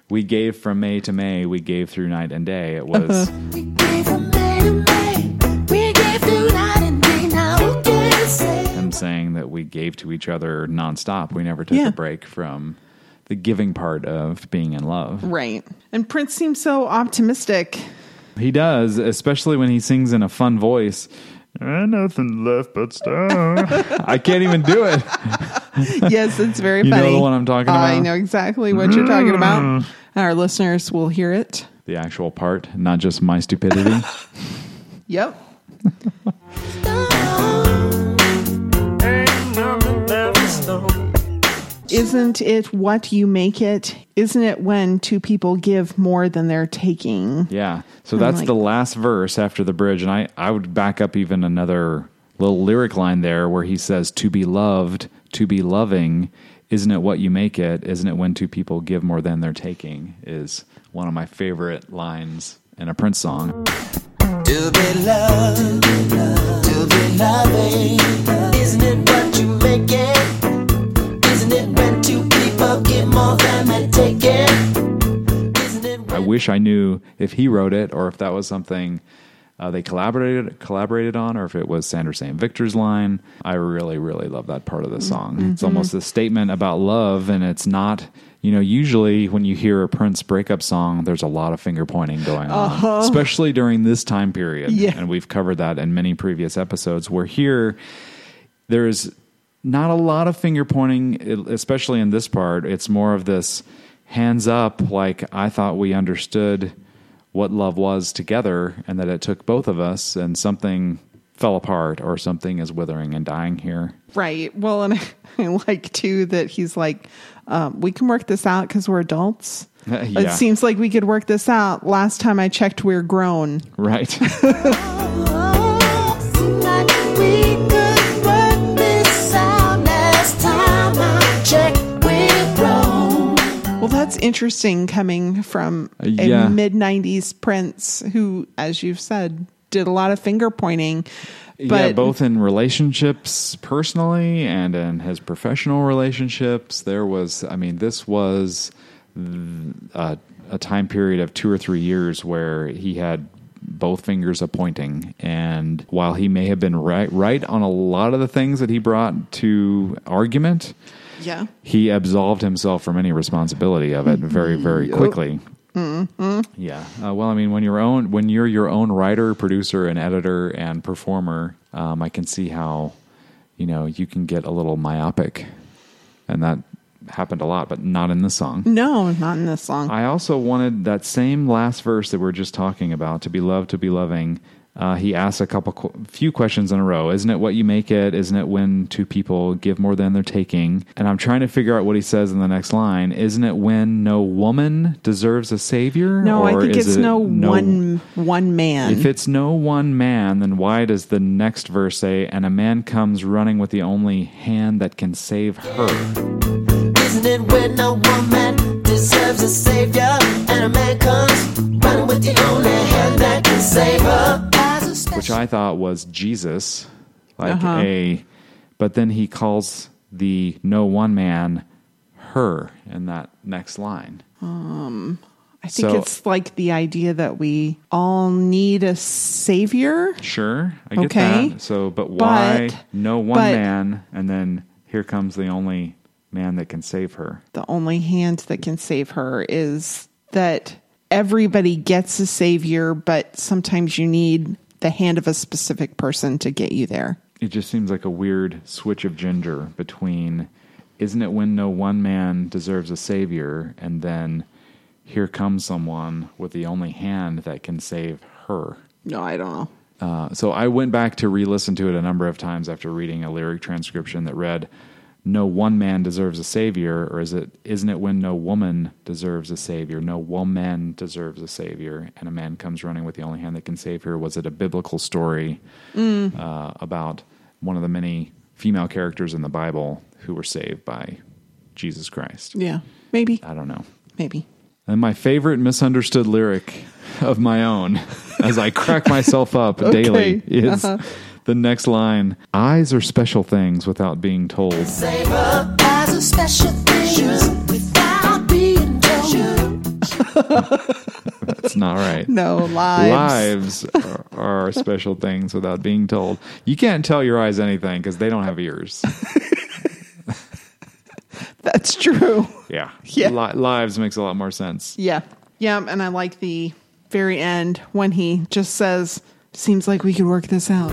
we gave from May to May, we gave through night and day. It was Uh-huh. We gave from May to May. We gave through night and day. Now who can say? him saying that we gave to each other nonstop. We never took Yeah. a break from the giving part of being in love. right and prince seems so optimistic He does, especially when he sings in a fun voice. "Ah, nothing left but stone. I can't even do it. yes, it's very You know funny. the one I'm talking I about? Mm. know exactly what you're talking about. Our listeners will hear it. The actual part, not just my stupidity. Yep. Isn't it what you make it? Isn't it when two people give more than they're taking? yeah. So that's like- the last verse after the bridge. And I, I would back up even another little lyric line there where he says, To be loved, to be loving, isn't it what you make it? Isn't it when two people give more than they're taking? Is one of my favorite lines in a Prince song. To be loved, to be loving. Isn't it what you make it? Isn't it when two people get more than they take it? Isn't it I wish I knew if he wrote it or if that was something uh, they collaborated collaborated on, or if it was Sandra St. Victor's line. I really, really love that part of the song. It's almost a statement about love, and it's not. You know, usually when you hear a Prince breakup song, there's a lot of finger pointing going on, especially during this time period. Yeah. And we've covered that in many previous episodes. Where here, there's not a lot of finger pointing, especially in this part. It's more of this hands up, like I thought we understood what love was together and that it took both of us, and something fell apart or something is withering and dying here. Right. Well, and I like too that he's like, um, we can work this out because we're adults. It Yeah. seems like we could work this out. Last time I checked, we're grown. Right. Well, that's interesting coming from a Uh, yeah. mid 90s Prince who, as you've said, did a lot of finger pointing. But yeah, both in relationships personally and in his professional relationships. There was, I mean, this was a, a time period of two or three years where he had both fingers a pointing and while he may have been right right on a lot of the things that he brought to argument Yeah. he absolved himself from any responsibility of it very very quickly yeah uh, well i mean when you're own when you're your own writer producer and editor and performer um, i can see how you know you can get a little myopic and that happened a lot but not in the song No, not in this song. I also wanted that same last verse that we are just talking about to be loved, to be loving. Uh, he asks a couple, qu- few questions in a row. Isn't it what you make it? Isn't it when two people give more than they're taking? And I'm trying to figure out what he says in the next line. Isn't it when no woman deserves a savior? no, I Or think is it's it no, one one man. If it's no one man, then why does the next verse say, "And a man comes running with the only hand that can save her"? Isn't it when a woman deserves a savior and a man comes running with the only hand that can save her? which I thought was Jesus, like a, but then he calls the no one man her in that next line. I think so- it's like the idea that we all need a savior. Sure, I get Okay. that. So, but why But- no one but- man? And then here comes the only man that can save her. The only hand that can save her is that everybody gets a savior, but sometimes you need the hand of a specific person to get you there. It just seems like a weird switch of ginger between, isn't it when no one man deserves a savior, and then here comes someone with the only hand that can save her. No, I don't know. Uh, so I went back to re listen to it a number of times after reading a lyric transcription that read, No one man deserves a savior, or is it, isn't it when no woman deserves a savior? No woman deserves a savior, and a man comes running with the only hand that can save her. Was it a biblical story uh, about one of the many female characters in the Bible who were saved by Jesus Christ? Yeah, maybe, I don't know. maybe. And my favorite misunderstood lyric of my own, as I crack myself up daily, is the next line Eyes are special things without being told. Save her. Eyes are special things without being told. It's not right. No lives. Lives are, are special things without being told. You can't tell your eyes anything because they don't have ears. That's true. Yeah. Yeah. Li- lives makes a lot more sense. Yeah. Yeah. And I like the very end when he just says, Seems like we could work this out.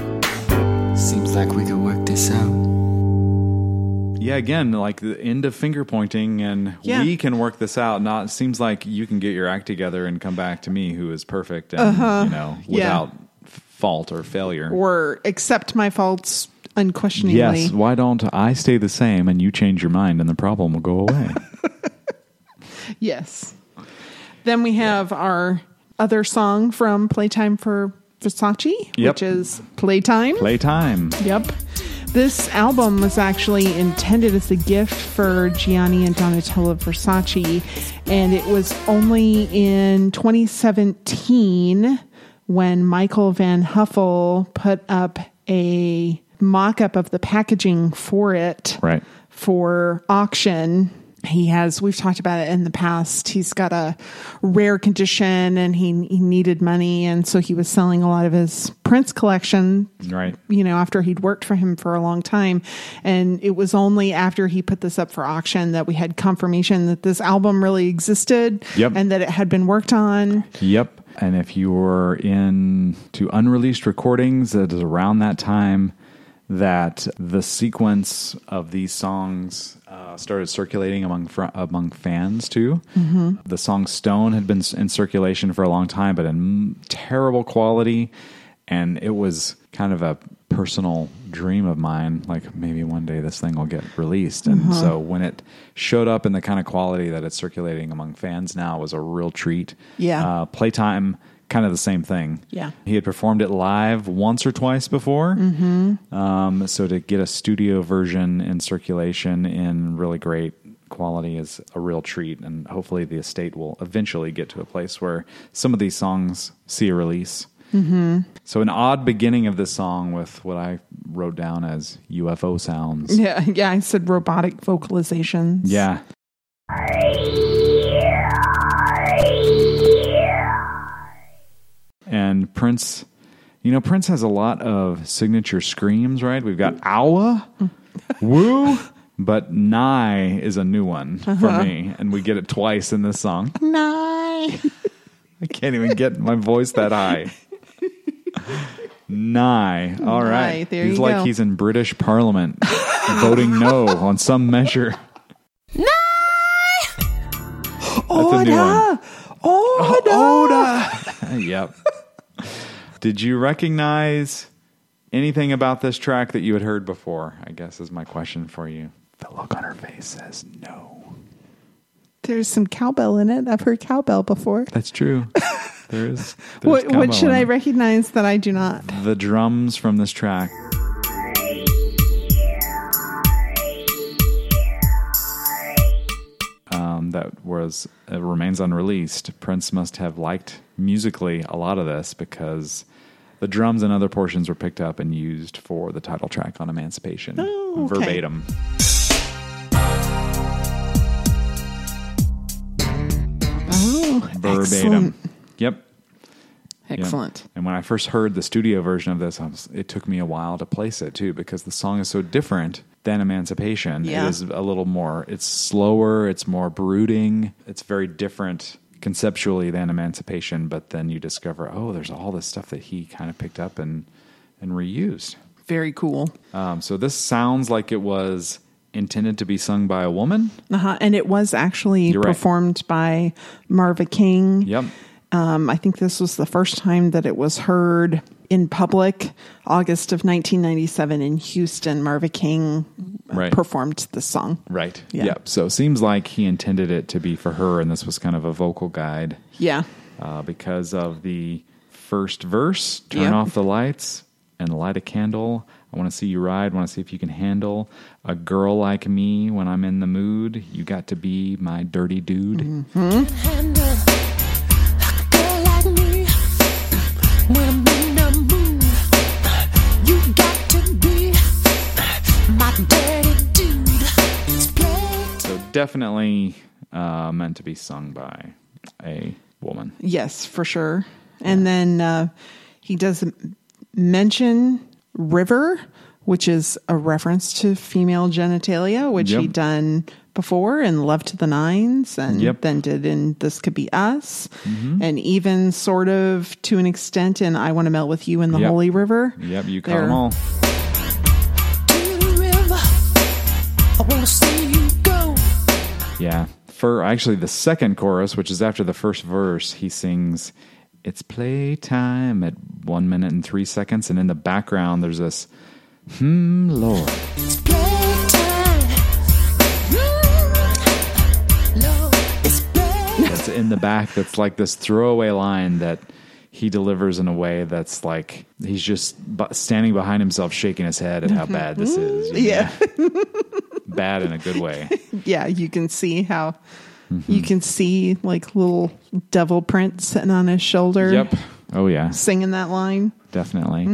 Seems like we could work this out. Yeah, again, like the end of finger pointing, and Yeah. we can work this out. Not seems like you can get your act together and come back to me, who is perfect, and you know, Uh-huh. Yeah. without f fault or failure. Or accept my faults unquestioningly. yes, why don't I stay the same and you change your mind, and the problem will go away? Yes. Then we have our other song from Playtime for Versace, Yep. which is Playtime. Playtime. Yep. This album was actually intended as a gift for Gianni and Donatella Versace, and it was only in 2017 when Michael Van Huffel put up a mock up of the packaging for it Right. for auction. He has, we've talked about it in the past. He's got a rare condition and he, he needed money. And so he was selling a lot of his Prince collection Right. you know, after he'd worked for him for a long time. And it was only after he put this up for auction that we had confirmation that this album really existed Yep. and that it had been worked on. Yep. And if you were in to unreleased recordings, it is around that time that the sequence of these songs uh, started circulating among fr- among fans too. The song "Stone" had been s- in circulation for a long time, but in m- terrible quality, and it was kind of a personal dream of mine. Like maybe one day this thing will get released, and so when it showed up in the kind of quality that it's circulating among fans now was a real treat. Yeah. Uh, playtime, kind of the same thing. Yeah. He had performed it live once or twice before. Mm-hmm. Um, so to get a studio version in circulation in really great quality is a real treat. And hopefully the estate will eventually get to a place where some of these songs see a release. So an odd beginning of this song with what I wrote down as UFO sounds. Yeah. Yeah. I said robotic vocalizations. Yeah. and Prince. You know, Prince has a lot of signature screams, right? We've got "Owa," "Woo," but "Nye" is a new one for me, and we get it twice in this song. Nye. I can't even get my voice that high. Nye. All right. Nye, there he's you like go. he's in British Parliament voting no on some measure. That's a new one. Oda. Oda. Oda. yep. Did you recognize anything about this track that you had heard before? I guess is my question for you. The look on her face says no. There's some cowbell in it. I've heard cowbell before. That's true. There is. there's What, what cowbell should in I it. recognize that I do not? the drums from this track. Um, that was uh, remains unreleased. Prince must have liked musically a lot of this because the drums and other portions were picked up and used for the title track on Emancipation Oh, okay. verbatim. Oh, Verbatim. excellent. Yep. Yeah. Excellent. And when I first heard the studio version of this, I was, it took me a while to place it too because the song is so different than Emancipation. Yeah. It is a little more, it's slower, it's more brooding, it's very different conceptually than Emancipation. But then you discover, oh, there's all this stuff that he kind of picked up and, and reused. Very cool. Um, so this sounds like it was intended to be sung by a woman. Uh-huh. And it was actually You're right. performed by Marva King. Yep. Um, I think this was the first time that it was heard in public, August of 1997 in Houston. Marva King uh, Right. performed the song. Right. Yeah. Yep. So it seems like he intended it to be for her, and this was kind of a vocal guide. Yeah. uh, because of the first verse turn Yep. off the lights and light a candle i want to see you ride want to see if you can handle a girl like me when i'm in the mood you got to be my dirty dude handle a girl like me when I'm in the mood. You got to be my dirty dude. It's play so definitely uh, meant to be sung by a woman Yes, for sure. And then uh, he does m- mention River, which is a reference to female genitalia, which Yep. he done before in Love to the Nines and Yep. Mm-hmm. then did in This Could Be Us, and even sort of to an extent in I Want to Melt with You in the Yep. Holy River. yep you caught They're- them all to the river. I wanna see you go. yeah for actually the second chorus which is after the first verse he sings it's playtime at one minute and three seconds and in the background there's this hmm lord It's playtime. Mm, Lord, it's play- that's in the back that's like this throwaway line that he delivers in a way that's like he's just bu- standing behind himself shaking his head at how Mm-hmm. bad this is you Yeah. know? bad in a good way Yeah, you can see how Mm-hmm. you can see like little devil print sitting on his shoulder yep oh yeah singing that line. definitely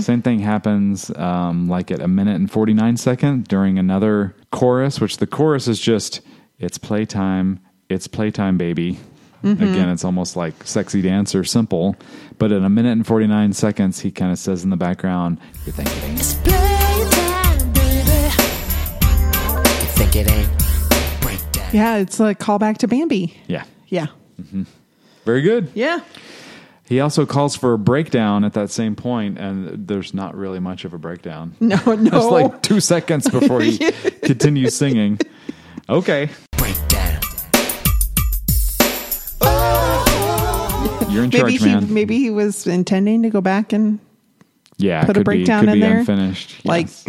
same thing happens um, like at a minute and 49 second during another chorus which the chorus is just it's playtime it's playtime baby again it's almost like sexy dance or simple but in a minute and 49 seconds he kind of says in the background you think it ain't It's playtime, baby. You think it ain't? Break down. Yeah, it's a callback to Bambi. Yeah. Yeah. Very good. Yeah. He also calls for a breakdown at that same point, and there's not really much of a breakdown. No, no. It's like two seconds before he continues singing. Okay. Break down. You're in maybe charge, he man. maybe he was intending to go back and yeah, put a could breakdown be, could in be there. unfinished. Like-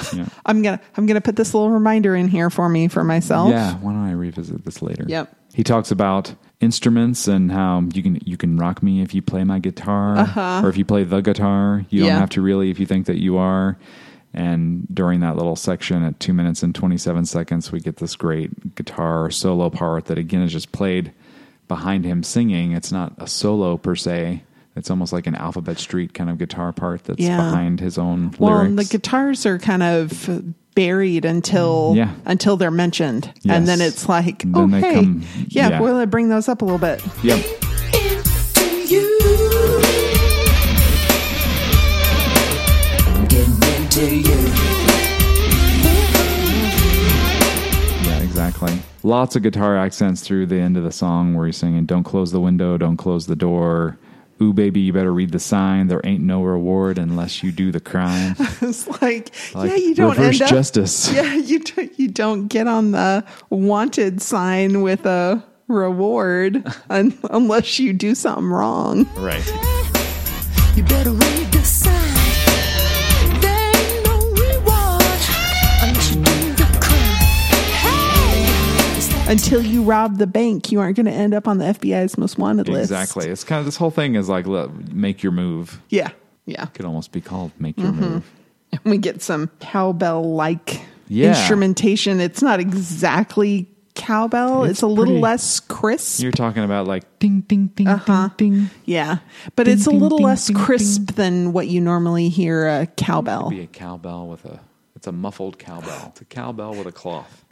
Yes. yeah. I'm gonna I'm gonna put this little reminder in here for me for myself. yeah, why don't I revisit this later? Yep. He talks about instruments and how you can you can rock me if you play my guitar or if you play the guitar. You Uh-huh. Yeah. don't have to really if you think that you are. And during that little section at two minutes and twenty seven seconds, we get this great guitar solo part that again is just played behind him singing. It's not a solo per se. It's almost like an Alphabet Street kind of guitar part that's Yeah. behind his own Well, and the lyrics. guitars are kind of buried until Mm, Yeah. until they're mentioned, and then Yes. it's like, And oh then they hey, come- yeah, yeah. well, I bring those up a little bit. yep. Into you. Lots of guitar accents through the end of the song where he's singing, Don't close the window, don't close the door. Ooh, baby, you better read the sign. There ain't no reward unless you do the crime. It's like, Like, yeah, you don't reverse end up justice. Yeah, you don't, you don't get on the wanted sign with a reward un- unless you do something wrong. right. You better read the sign. There ain't no reward unless you do the crime. Hey, it's that Until you rob the bank, you aren't going to end up on the FBI's most wanted list. Exactly. It's kind of this whole thing is like, look, make your move. Yeah. Yeah. Could almost be called make Mm-hmm. your move. We get some cowbell like Yeah. instrumentation. It's not exactly cowbell, it's, It's a little pretty- less crisp. You're talking about like ding, ding, ding, ding, ding. Yeah, but it's a Ding, ding, little ding, less ding, crisp than what you normally hear a cowbell. Be a cowbell with a. It's a muffled cowbell. It's a cowbell with a cloth.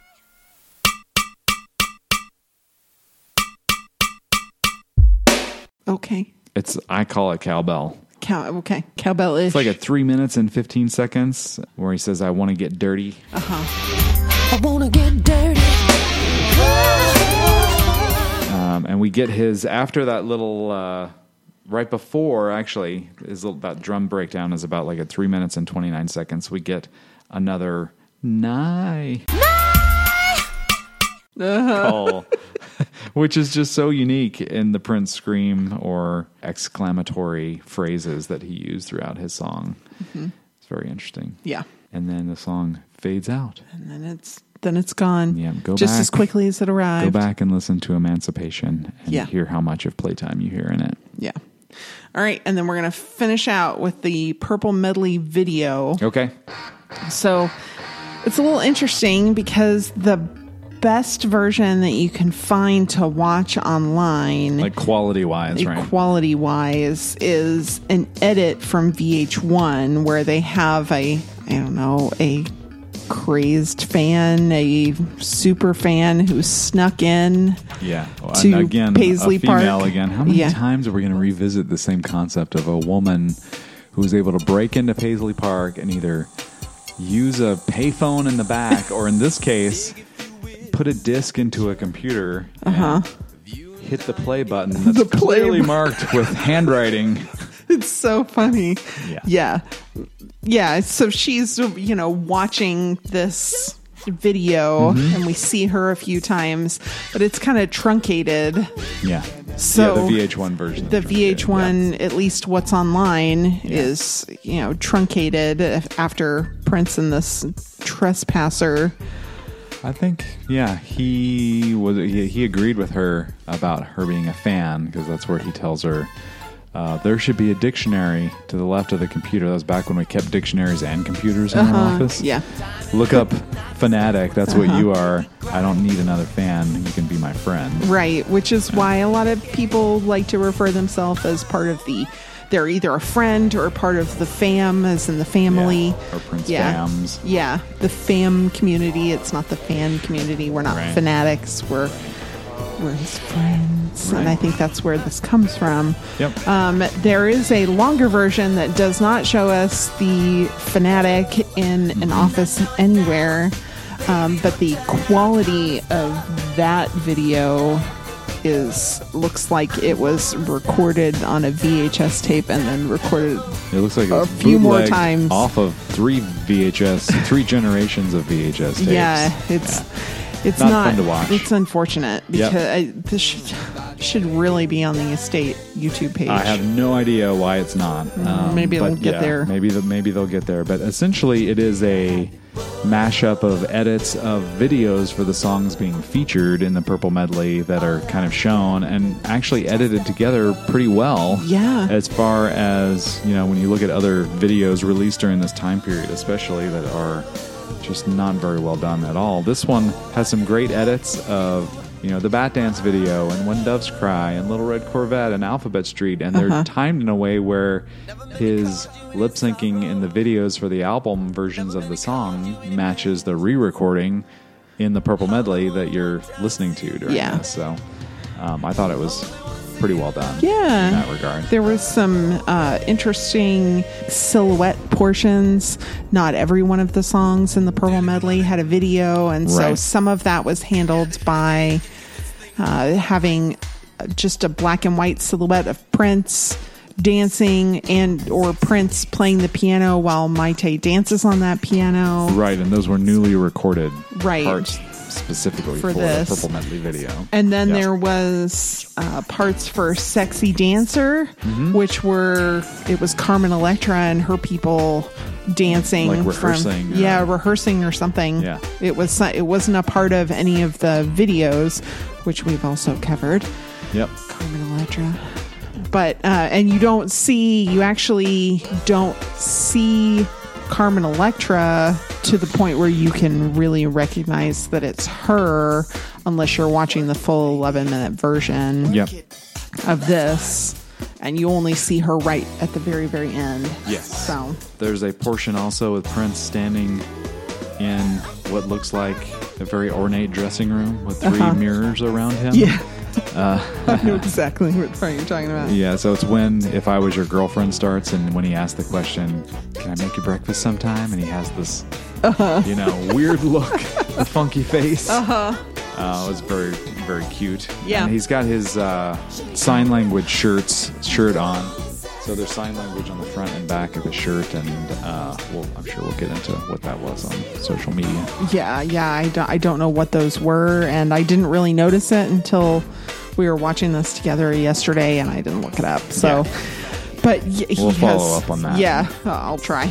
Okay, It's. I call it cowbell. cow. Okay, cowbell ish. It's like a three minutes and fifteen seconds where he says, "I want to get dirty." Uh-huh. I wanna get dirty. Um, and we get his after that little uh, right before actually is a- that drum breakdown is about like at three minutes and twenty nine seconds. We get another nigh call, which is just so unique in the Prince scream or exclamatory phrases that he used throughout his song. It's very interesting. Mm-hmm. yeah, And then the song fades out. and then it's then it's gone. Yeah, go just back. as quickly as it Go arrived. back and listen to Emancipation and Yeah. hear how much of playtime you hear in it. Yeah. All right, and then we're gonna finish out with the purple medley video. Okay. So it's a little interesting because the best version that you can find to watch online Like quality wise, right? quality wise is an edit from VH1 where they have a I don't know a crazed fan a super fan who snuck in yeah. Well, to and again, Paisley a female Park. again. How many Yeah. times are we going to revisit the same concept of a woman who was able to break into Paisley Park and either use a payphone in the back, or in this case, put a disc into a computer, uh-huh. hit the play button that's play clearly button. marked with handwriting. it's so funny Yeah. yeah Yeah, so she's you know watching this video Mm-hmm. and we see her a few times but it's kind of truncated Yeah. So- yeah, the VH1 version. the is really good. Yeah. VH1, at least what's online, is you know truncated af- after Prince and this trespasser. I think, yeah, he was. He, he agreed with her about her being a fan because that's where he tells her uh, there should be a dictionary to the left of the computer. That was back when we kept dictionaries and computers in our office. Uh-huh. Yeah, Uh-huh. Look up fanatic. That's what you are. I don't need another fan. You can be my friend. right. Which is why a lot of people like to refer themselves as part of the. They're either a friend or part of the fam, as in the family. Yeah, or Prince yeah. fams. Yeah, the fam community. It's not the fan community. We're not Right. fanatics. We're we're his friends, and Right. I think that's where this comes from. Yep. Um, there is a longer version that does not show us the fanatic in an office anywhere, um, but the quality of that video is looks like it was recorded on a VHS tape and then recorded. It looks like it A was few more bootlegged times. off of three VHS, three generations of VHS tapes. Yeah, it's it's Not not, fun to watch. It's unfortunate Yep. because I, this should, should really be on the estate YouTube page. I have no idea why it's not. Um, Mm, maybe but it'll get there. Maybe the, maybe they'll get there. But essentially, it is a mashup of edits of videos for the songs being featured in the Purple Medley that are kind of shown and actually edited together pretty well. Yeah. As far as you know, when you look at other videos released during this time period, especially that are just not very well done at all. This one has some great edits of. You know, the Bat Dance video and When Doves Cry and Little Red Corvette and Alphabet Street, and Uh-huh. they're timed in a way where his lip syncing in the videos for the album versions of the song matches the re recording in the Purple Medley that you're listening to during Yeah. this. So um, I thought it was pretty well done. Yeah. in that regard. There was some uh, interesting silhouette portions. Not every one of the songs in the Purple Medley had a video, and so Right. some of that was handled by uh, having just a black and white silhouette of Prince dancing and or Prince playing the piano while Maite dances on that piano. Right, and those were newly recorded Right. parts specifically for, For the this. Purple Medley video. And then Yeah. there was uh, parts for "Sexy Dancer," Mm-hmm. which were it was Carmen Electra and her people dancing, Like from- rehearsing, yeah, uh, rehearsing or something. Yeah. it was it wasn't a part of any of the videos, which we've also covered. Yep. Carmen Electra. But uh, and you don't see you actually don't see Carmen Electra to the point where you can really recognize that it's her unless you're watching the full 11 minute version Yep. of this and you only see her right at the very very end. Yes. So There's a portion also with Prince standing in what looks like a very ornate dressing room with 3 mirrors around him. Uh-huh. yeah. I know exactly what part you're talking about. Yeah, so it's when If I Was Your Girlfriend starts, and when he asks the question, Can I make you breakfast sometime? And he has this, you know, weird look, a funky face. Uh-huh. Uh, it was very, very cute. Yeah. And he's got his uh, sign language shirts shirt on. So there's sign language on the front and back of his shirt, and uh, well, I'm sure we'll get into what that was on social media. Yeah, yeah. I don't, I don't know what those were, and I didn't really notice it until we were watching this together yesterday, and I didn't look it up. So, Yeah. but y- he We'll follow has- up on that. Yeah, I'll try.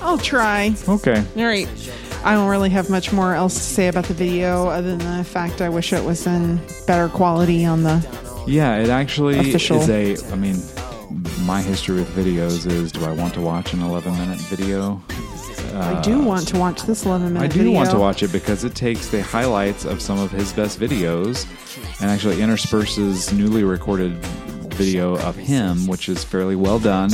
I'll try. Okay. All right. I don't really have much more else to say about the video other than the fact I wish it was in better quality on the. Yeah, it actually Official. is a. I mean, my history with videos is: do I want to watch an 11 minute video? I do want to watch this 11 minute Uh, I do video. want to watch it because it takes the highlights of some of his best videos and actually intersperses newly recorded video of him, which is fairly well done,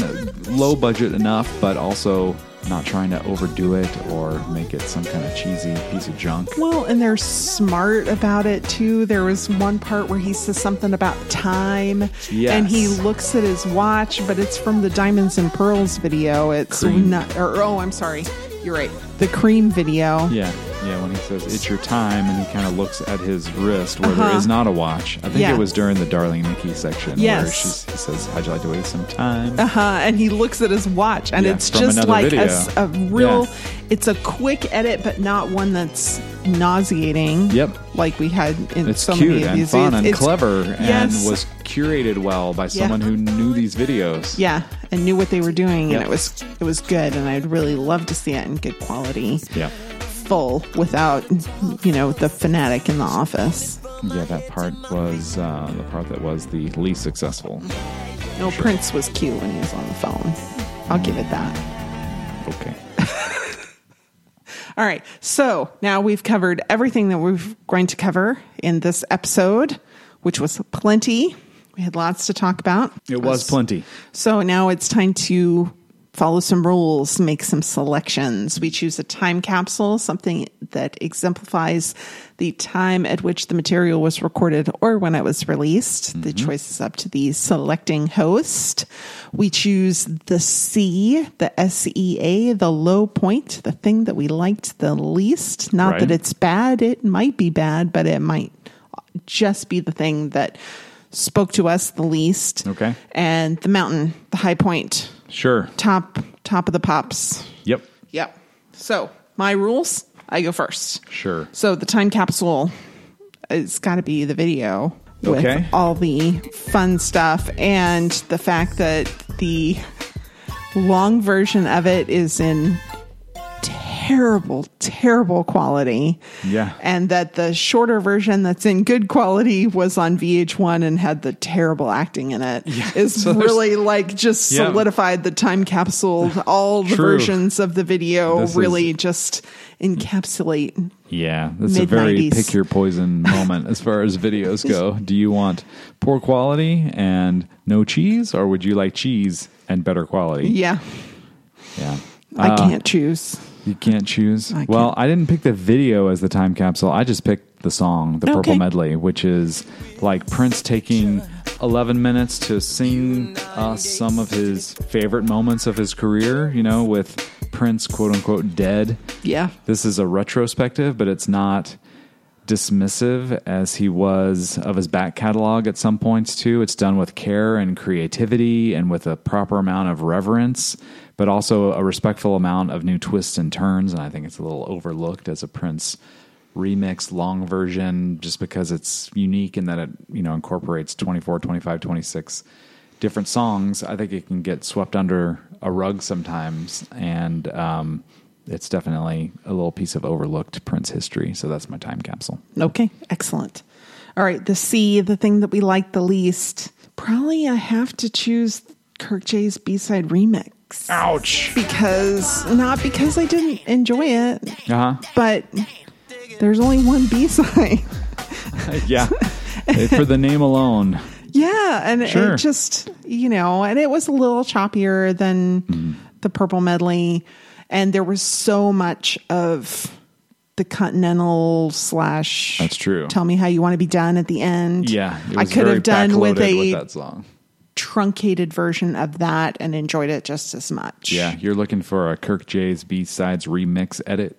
low budget enough, but also not trying to overdo it or make it some kind of cheesy piece of junk. Well, and they're smart about it too. There was one part where he says something about time, Yes. and he looks at his watch, but it's from the Diamonds and Pearls video. It's Cream. not, or oh, I'm sorry, you're right, the Cream video. Yeah, yeah. When he says it's your time, and he kind of looks at his wrist where there is not a watch. I think Uh-huh. Yeah. it was during the Darling Nikki section where Yes. she he says, "How'd you like to waste some time?" Uh-huh, and he looks at his watch, and Yeah, it's from just another like a, video. s- a real. Yeah. It's a quick edit, but not one that's nauseating. Yep. like we had in It's so many cute of and these. fun and It's- clever yes. and was curated well by someone who knew these videos. yeah and knew what they were doing Yep. and it was it was good and i'd really love to see it in good quality Yeah. full without you know the fanatic in the office Yeah, that part was uh, the part that was the least successful. no prince was cute when he was on the phone i'll give it that Okay. all right so now we've covered everything that we're going to cover in this episode which was plenty we had lots to talk about It was plenty. So now it's time to follow some rules, make some selections. We choose a time capsule, something that exemplifies the time at which the material was recorded or when it was released. The choice is up to the selecting host. We choose the C, the SEA, the low point, the thing that we liked the least. Not Right. that it's bad, it might be bad, but it might just be the thing that spoke to us the least Okay. and the mountain, the high point, Sure. top top of the pops. Yep. Yep. So my rules, I go first. Sure. So the time capsule, it's got to be the video with Okay. all the fun stuff and the fact that the long version of it is in terrible, terrible quality. Yeah. And that the shorter version that's in good quality was on VH1 and had the terrible acting in it. Is so there's- really like just Yeah. solidified the time capsule. All the True. versions of the video This is- really just encapsulate. Yeah, that's a very Mid-nineties. pick your poison moment as far as videos go. Do you want poor quality and no cheese, or would you like cheese and better quality? Yeah. Yeah. I can't choose. You can't choose. I Well, can't. I didn't pick the video as the time capsule. I just picked the song, the Purple Okay. Medley, which is like Prince taking 11 minutes to sing us some of his favorite moments of his career, you know, with Prince, quote unquote, dead. Yeah. This is a retrospective, but it's not dismissive as he was of his back catalog at some points, too. It's done with care and creativity and with a proper amount of reverence, but also a respectful amount of new twists and turns. And I think it's a little overlooked as a Prince remix long version just because it's unique in that it you know incorporates 24 25 26 different songs i think it can get swept under a rug sometimes and um, it's definitely a little piece of overlooked prince history so that's my time capsule Okay, excellent. All right, the C, the thing that we like the least. Probably I have to choose Kirk J's B side remix. ouch Because, not because I didn't enjoy it, uh-huh but there's only one B side. yeah for the name alone yeah, and Sure. it just, you know, and it was a little choppier than Mm-hmm. the Purple Medley. And there was so much of the Continental slash. That's true. Tell me how you want to be done at the end. yeah it I was could very have done with backloaded a that song truncated version of that and enjoyed it just as much. yeah you're looking for a kirk j's b-sides remix edit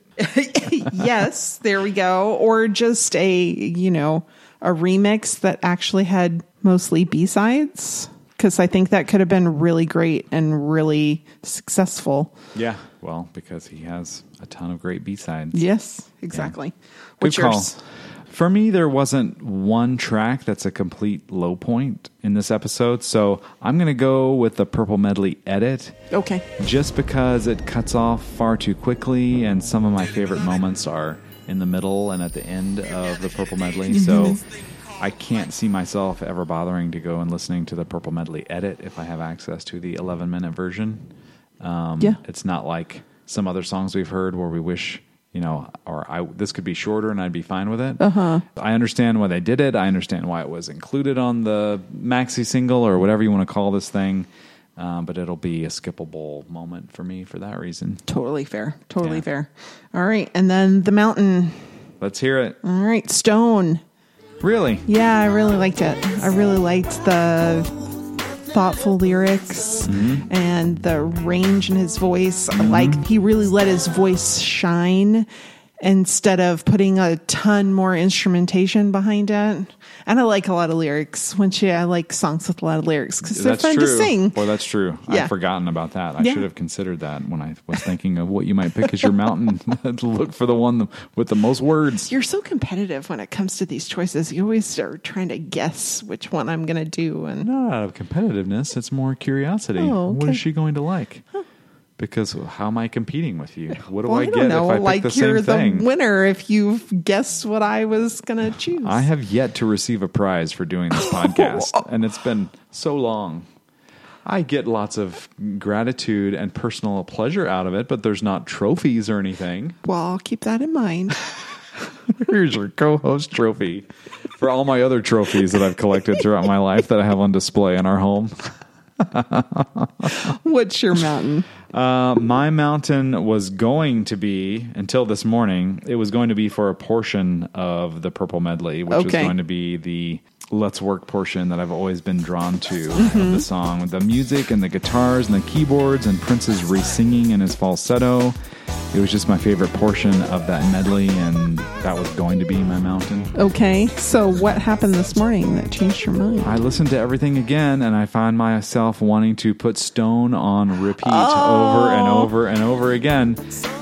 yes, there we go. Or just a, you know, a remix that actually had mostly B-sides cuz I think that could have been really great and really successful. yeah well because he has a ton of great b-sides Yes, exactly. Good What's call. yours? For me, there wasn't one track that's a complete low point in this episode, so I'm going to go with the Purple Medley edit Okay. just because it cuts off far too quickly, and some of my favorite moments are in the middle and at the end of the Purple Medley, so I can't see myself ever bothering to go and listening to the Purple Medley edit if I have access to the 11 minute version. Um, yeah. It's not like some other songs we've heard where we wish, you know, or I this could be shorter and I'd be fine with it. Uh-huh. I understand why they did it. I understand why it was included on the maxi single or whatever you want to call this thing. Um, but it'll be a skippable moment for me for that reason. Totally fair. Totally Yeah. fair. All right, and then The Mountain. Let's hear it. All right, Stone. Really? Yeah, I really liked it. I really liked the thoughtful lyrics and the range in his voice. Like he really let his voice shine instead of putting a ton more instrumentation behind it. And I like a lot of lyrics. When she, I like songs with a lot of lyrics because they're fun true. to sing. Boy, that's true. Yeah. I've forgotten about that. I Yeah. should have considered that when I was thinking of what you might pick as your mountain. Look for the one with the most words. You're so competitive when it comes to these choices. You always are trying to guess which one I'm going to do. And not out of competitiveness. It's more curiosity. Oh, What okay. is she going to like? Because how am I competing with you? What do Well, I I don't get know. if I pick like the you're same thing? the winner if you've guessed what I was gonna choose. I have yet to receive a prize for doing this podcast, Oh. and it's been so long. I get lots of gratitude and personal pleasure out of it, but there's not trophies or anything. well, I'll keep that in mind. Here's your co-host trophy for all my other trophies that I've collected throughout my life that I have on display in our home. What's your mountain? Uh, my mountain was going to be until this morning. It was going to be for a portion of the purple medley, which was Okay. going to be the "Let's Work" portion that I've always been drawn to of the song, with the music and the guitars and the keyboards and Prince's re-singing in his falsetto. It was just my favorite portion of that medley, and that was going to be my mountain. Okay, so what happened this morning that changed your mind? I listened to everything again, and I find myself wanting to put Stone on repeat over and over and over again.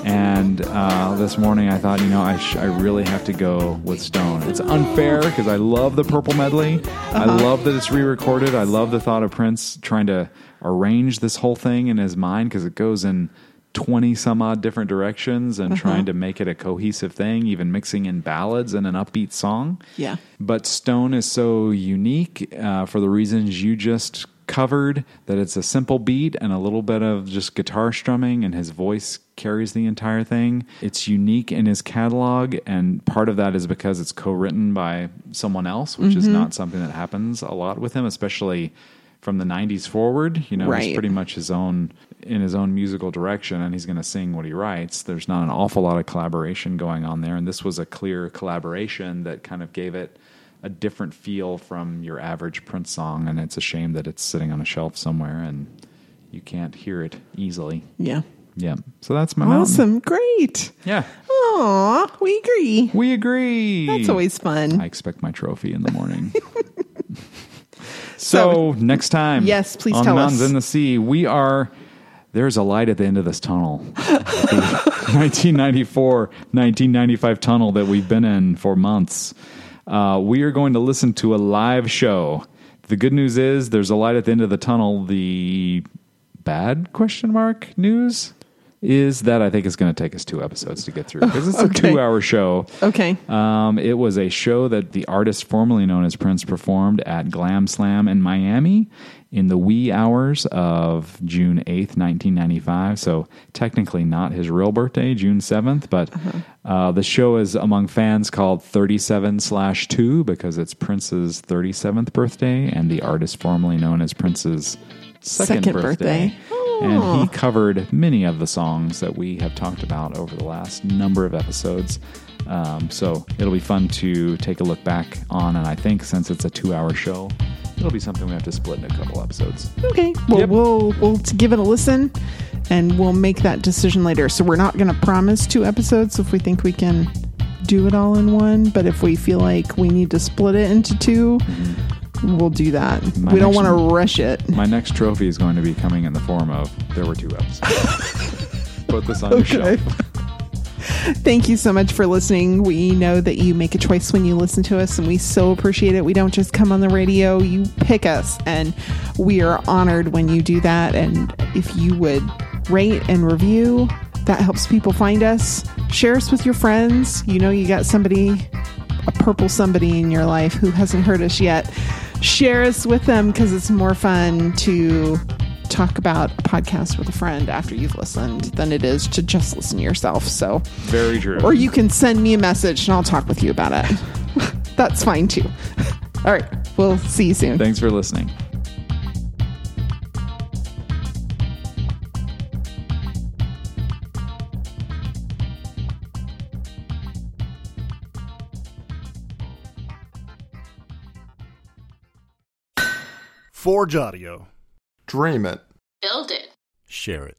And uh, this morning, I thought, you know, I, sh- I really have to go with Stone. It's unfair because I love the Purple Medley. I love that it's re-recorded. I love the thought of Prince trying to arrange this whole thing in his mind because it goes in. 20 some odd different directions and trying to make it a cohesive thing, even mixing in ballads and an upbeat song. Yeah. But Stone is so unique uh, for the reasons you just covered that it's a simple beat and a little bit of just guitar strumming, and his voice carries the entire thing. It's unique in his catalog, and part of that is because it's co written by someone else, which is not something that happens a lot with him, especially from the 90s forward you know Right. he's pretty much his own in his own musical direction and he's going to sing what he writes there's not an awful lot of collaboration going on there and this was a clear collaboration that kind of gave it a different feel from your average Prince song, and it's a shame that it's sitting on a shelf somewhere and you can't hear it easily. Yeah. Yeah. So that's my mountain. Awesome. Great. Yeah. Aw, we agree. We agree. That's always fun. I expect my trophy in the morning. so, next time, Yes, please on tell the mountains us. and the sea, we are. There's a light at the end of this tunnel, the 1994 1995 tunnel that we've been in for months. Uh, we are going to listen to a live show. The good news is there's a light at the end of the tunnel. The bad question mark news is that I think it's going to take us two episodes to get through because it's Okay. a two hour show. Okay. Um, it was a show that the artist formerly known as Prince performed at Glam Slam in Miami in the wee hours of June 8th, 1995. So technically not his real birthday, June 7th, but uh, the show is among fans called 37 slash 2 because it's Prince's 37th birthday and the artist formerly known as Prince's second, Second birthday. birthday. Oh. And he covered many of the songs that we have talked about over the last number of episodes. Um, so it'll be fun to take a look back on. And I think since it's a two hour show, it'll be something we have to split in a couple episodes. Okay. Well, Yep. we'll we'll t- give it a listen, and we'll make that decision later. So we're not going to promise two episodes if we think we can do it all in one. But if we feel like we need to split it into 2 we we'll do that. My we don't next want one. to rush it. My next trophy is going to be coming in the form of there were two episodes. Put this on your Okay. shelf. Thank you so much for listening. We know that you make a choice when you listen to us, and we so appreciate it. We don't just come on the radio, you pick us, and we are honored when you do that. And if you would rate and review, that helps people find us. Share us with your friends. You know, you got somebody, a purple somebody in your life who hasn't heard us yet. Share us with them because it's more fun to talk about a podcast with a friend after you've listened than it is to just listen yourself. So, Very true. or you can send me a message and I'll talk with you about it. That's fine too. All right, we'll see you soon. Thanks for listening. Forge Audio. Build it. Share it.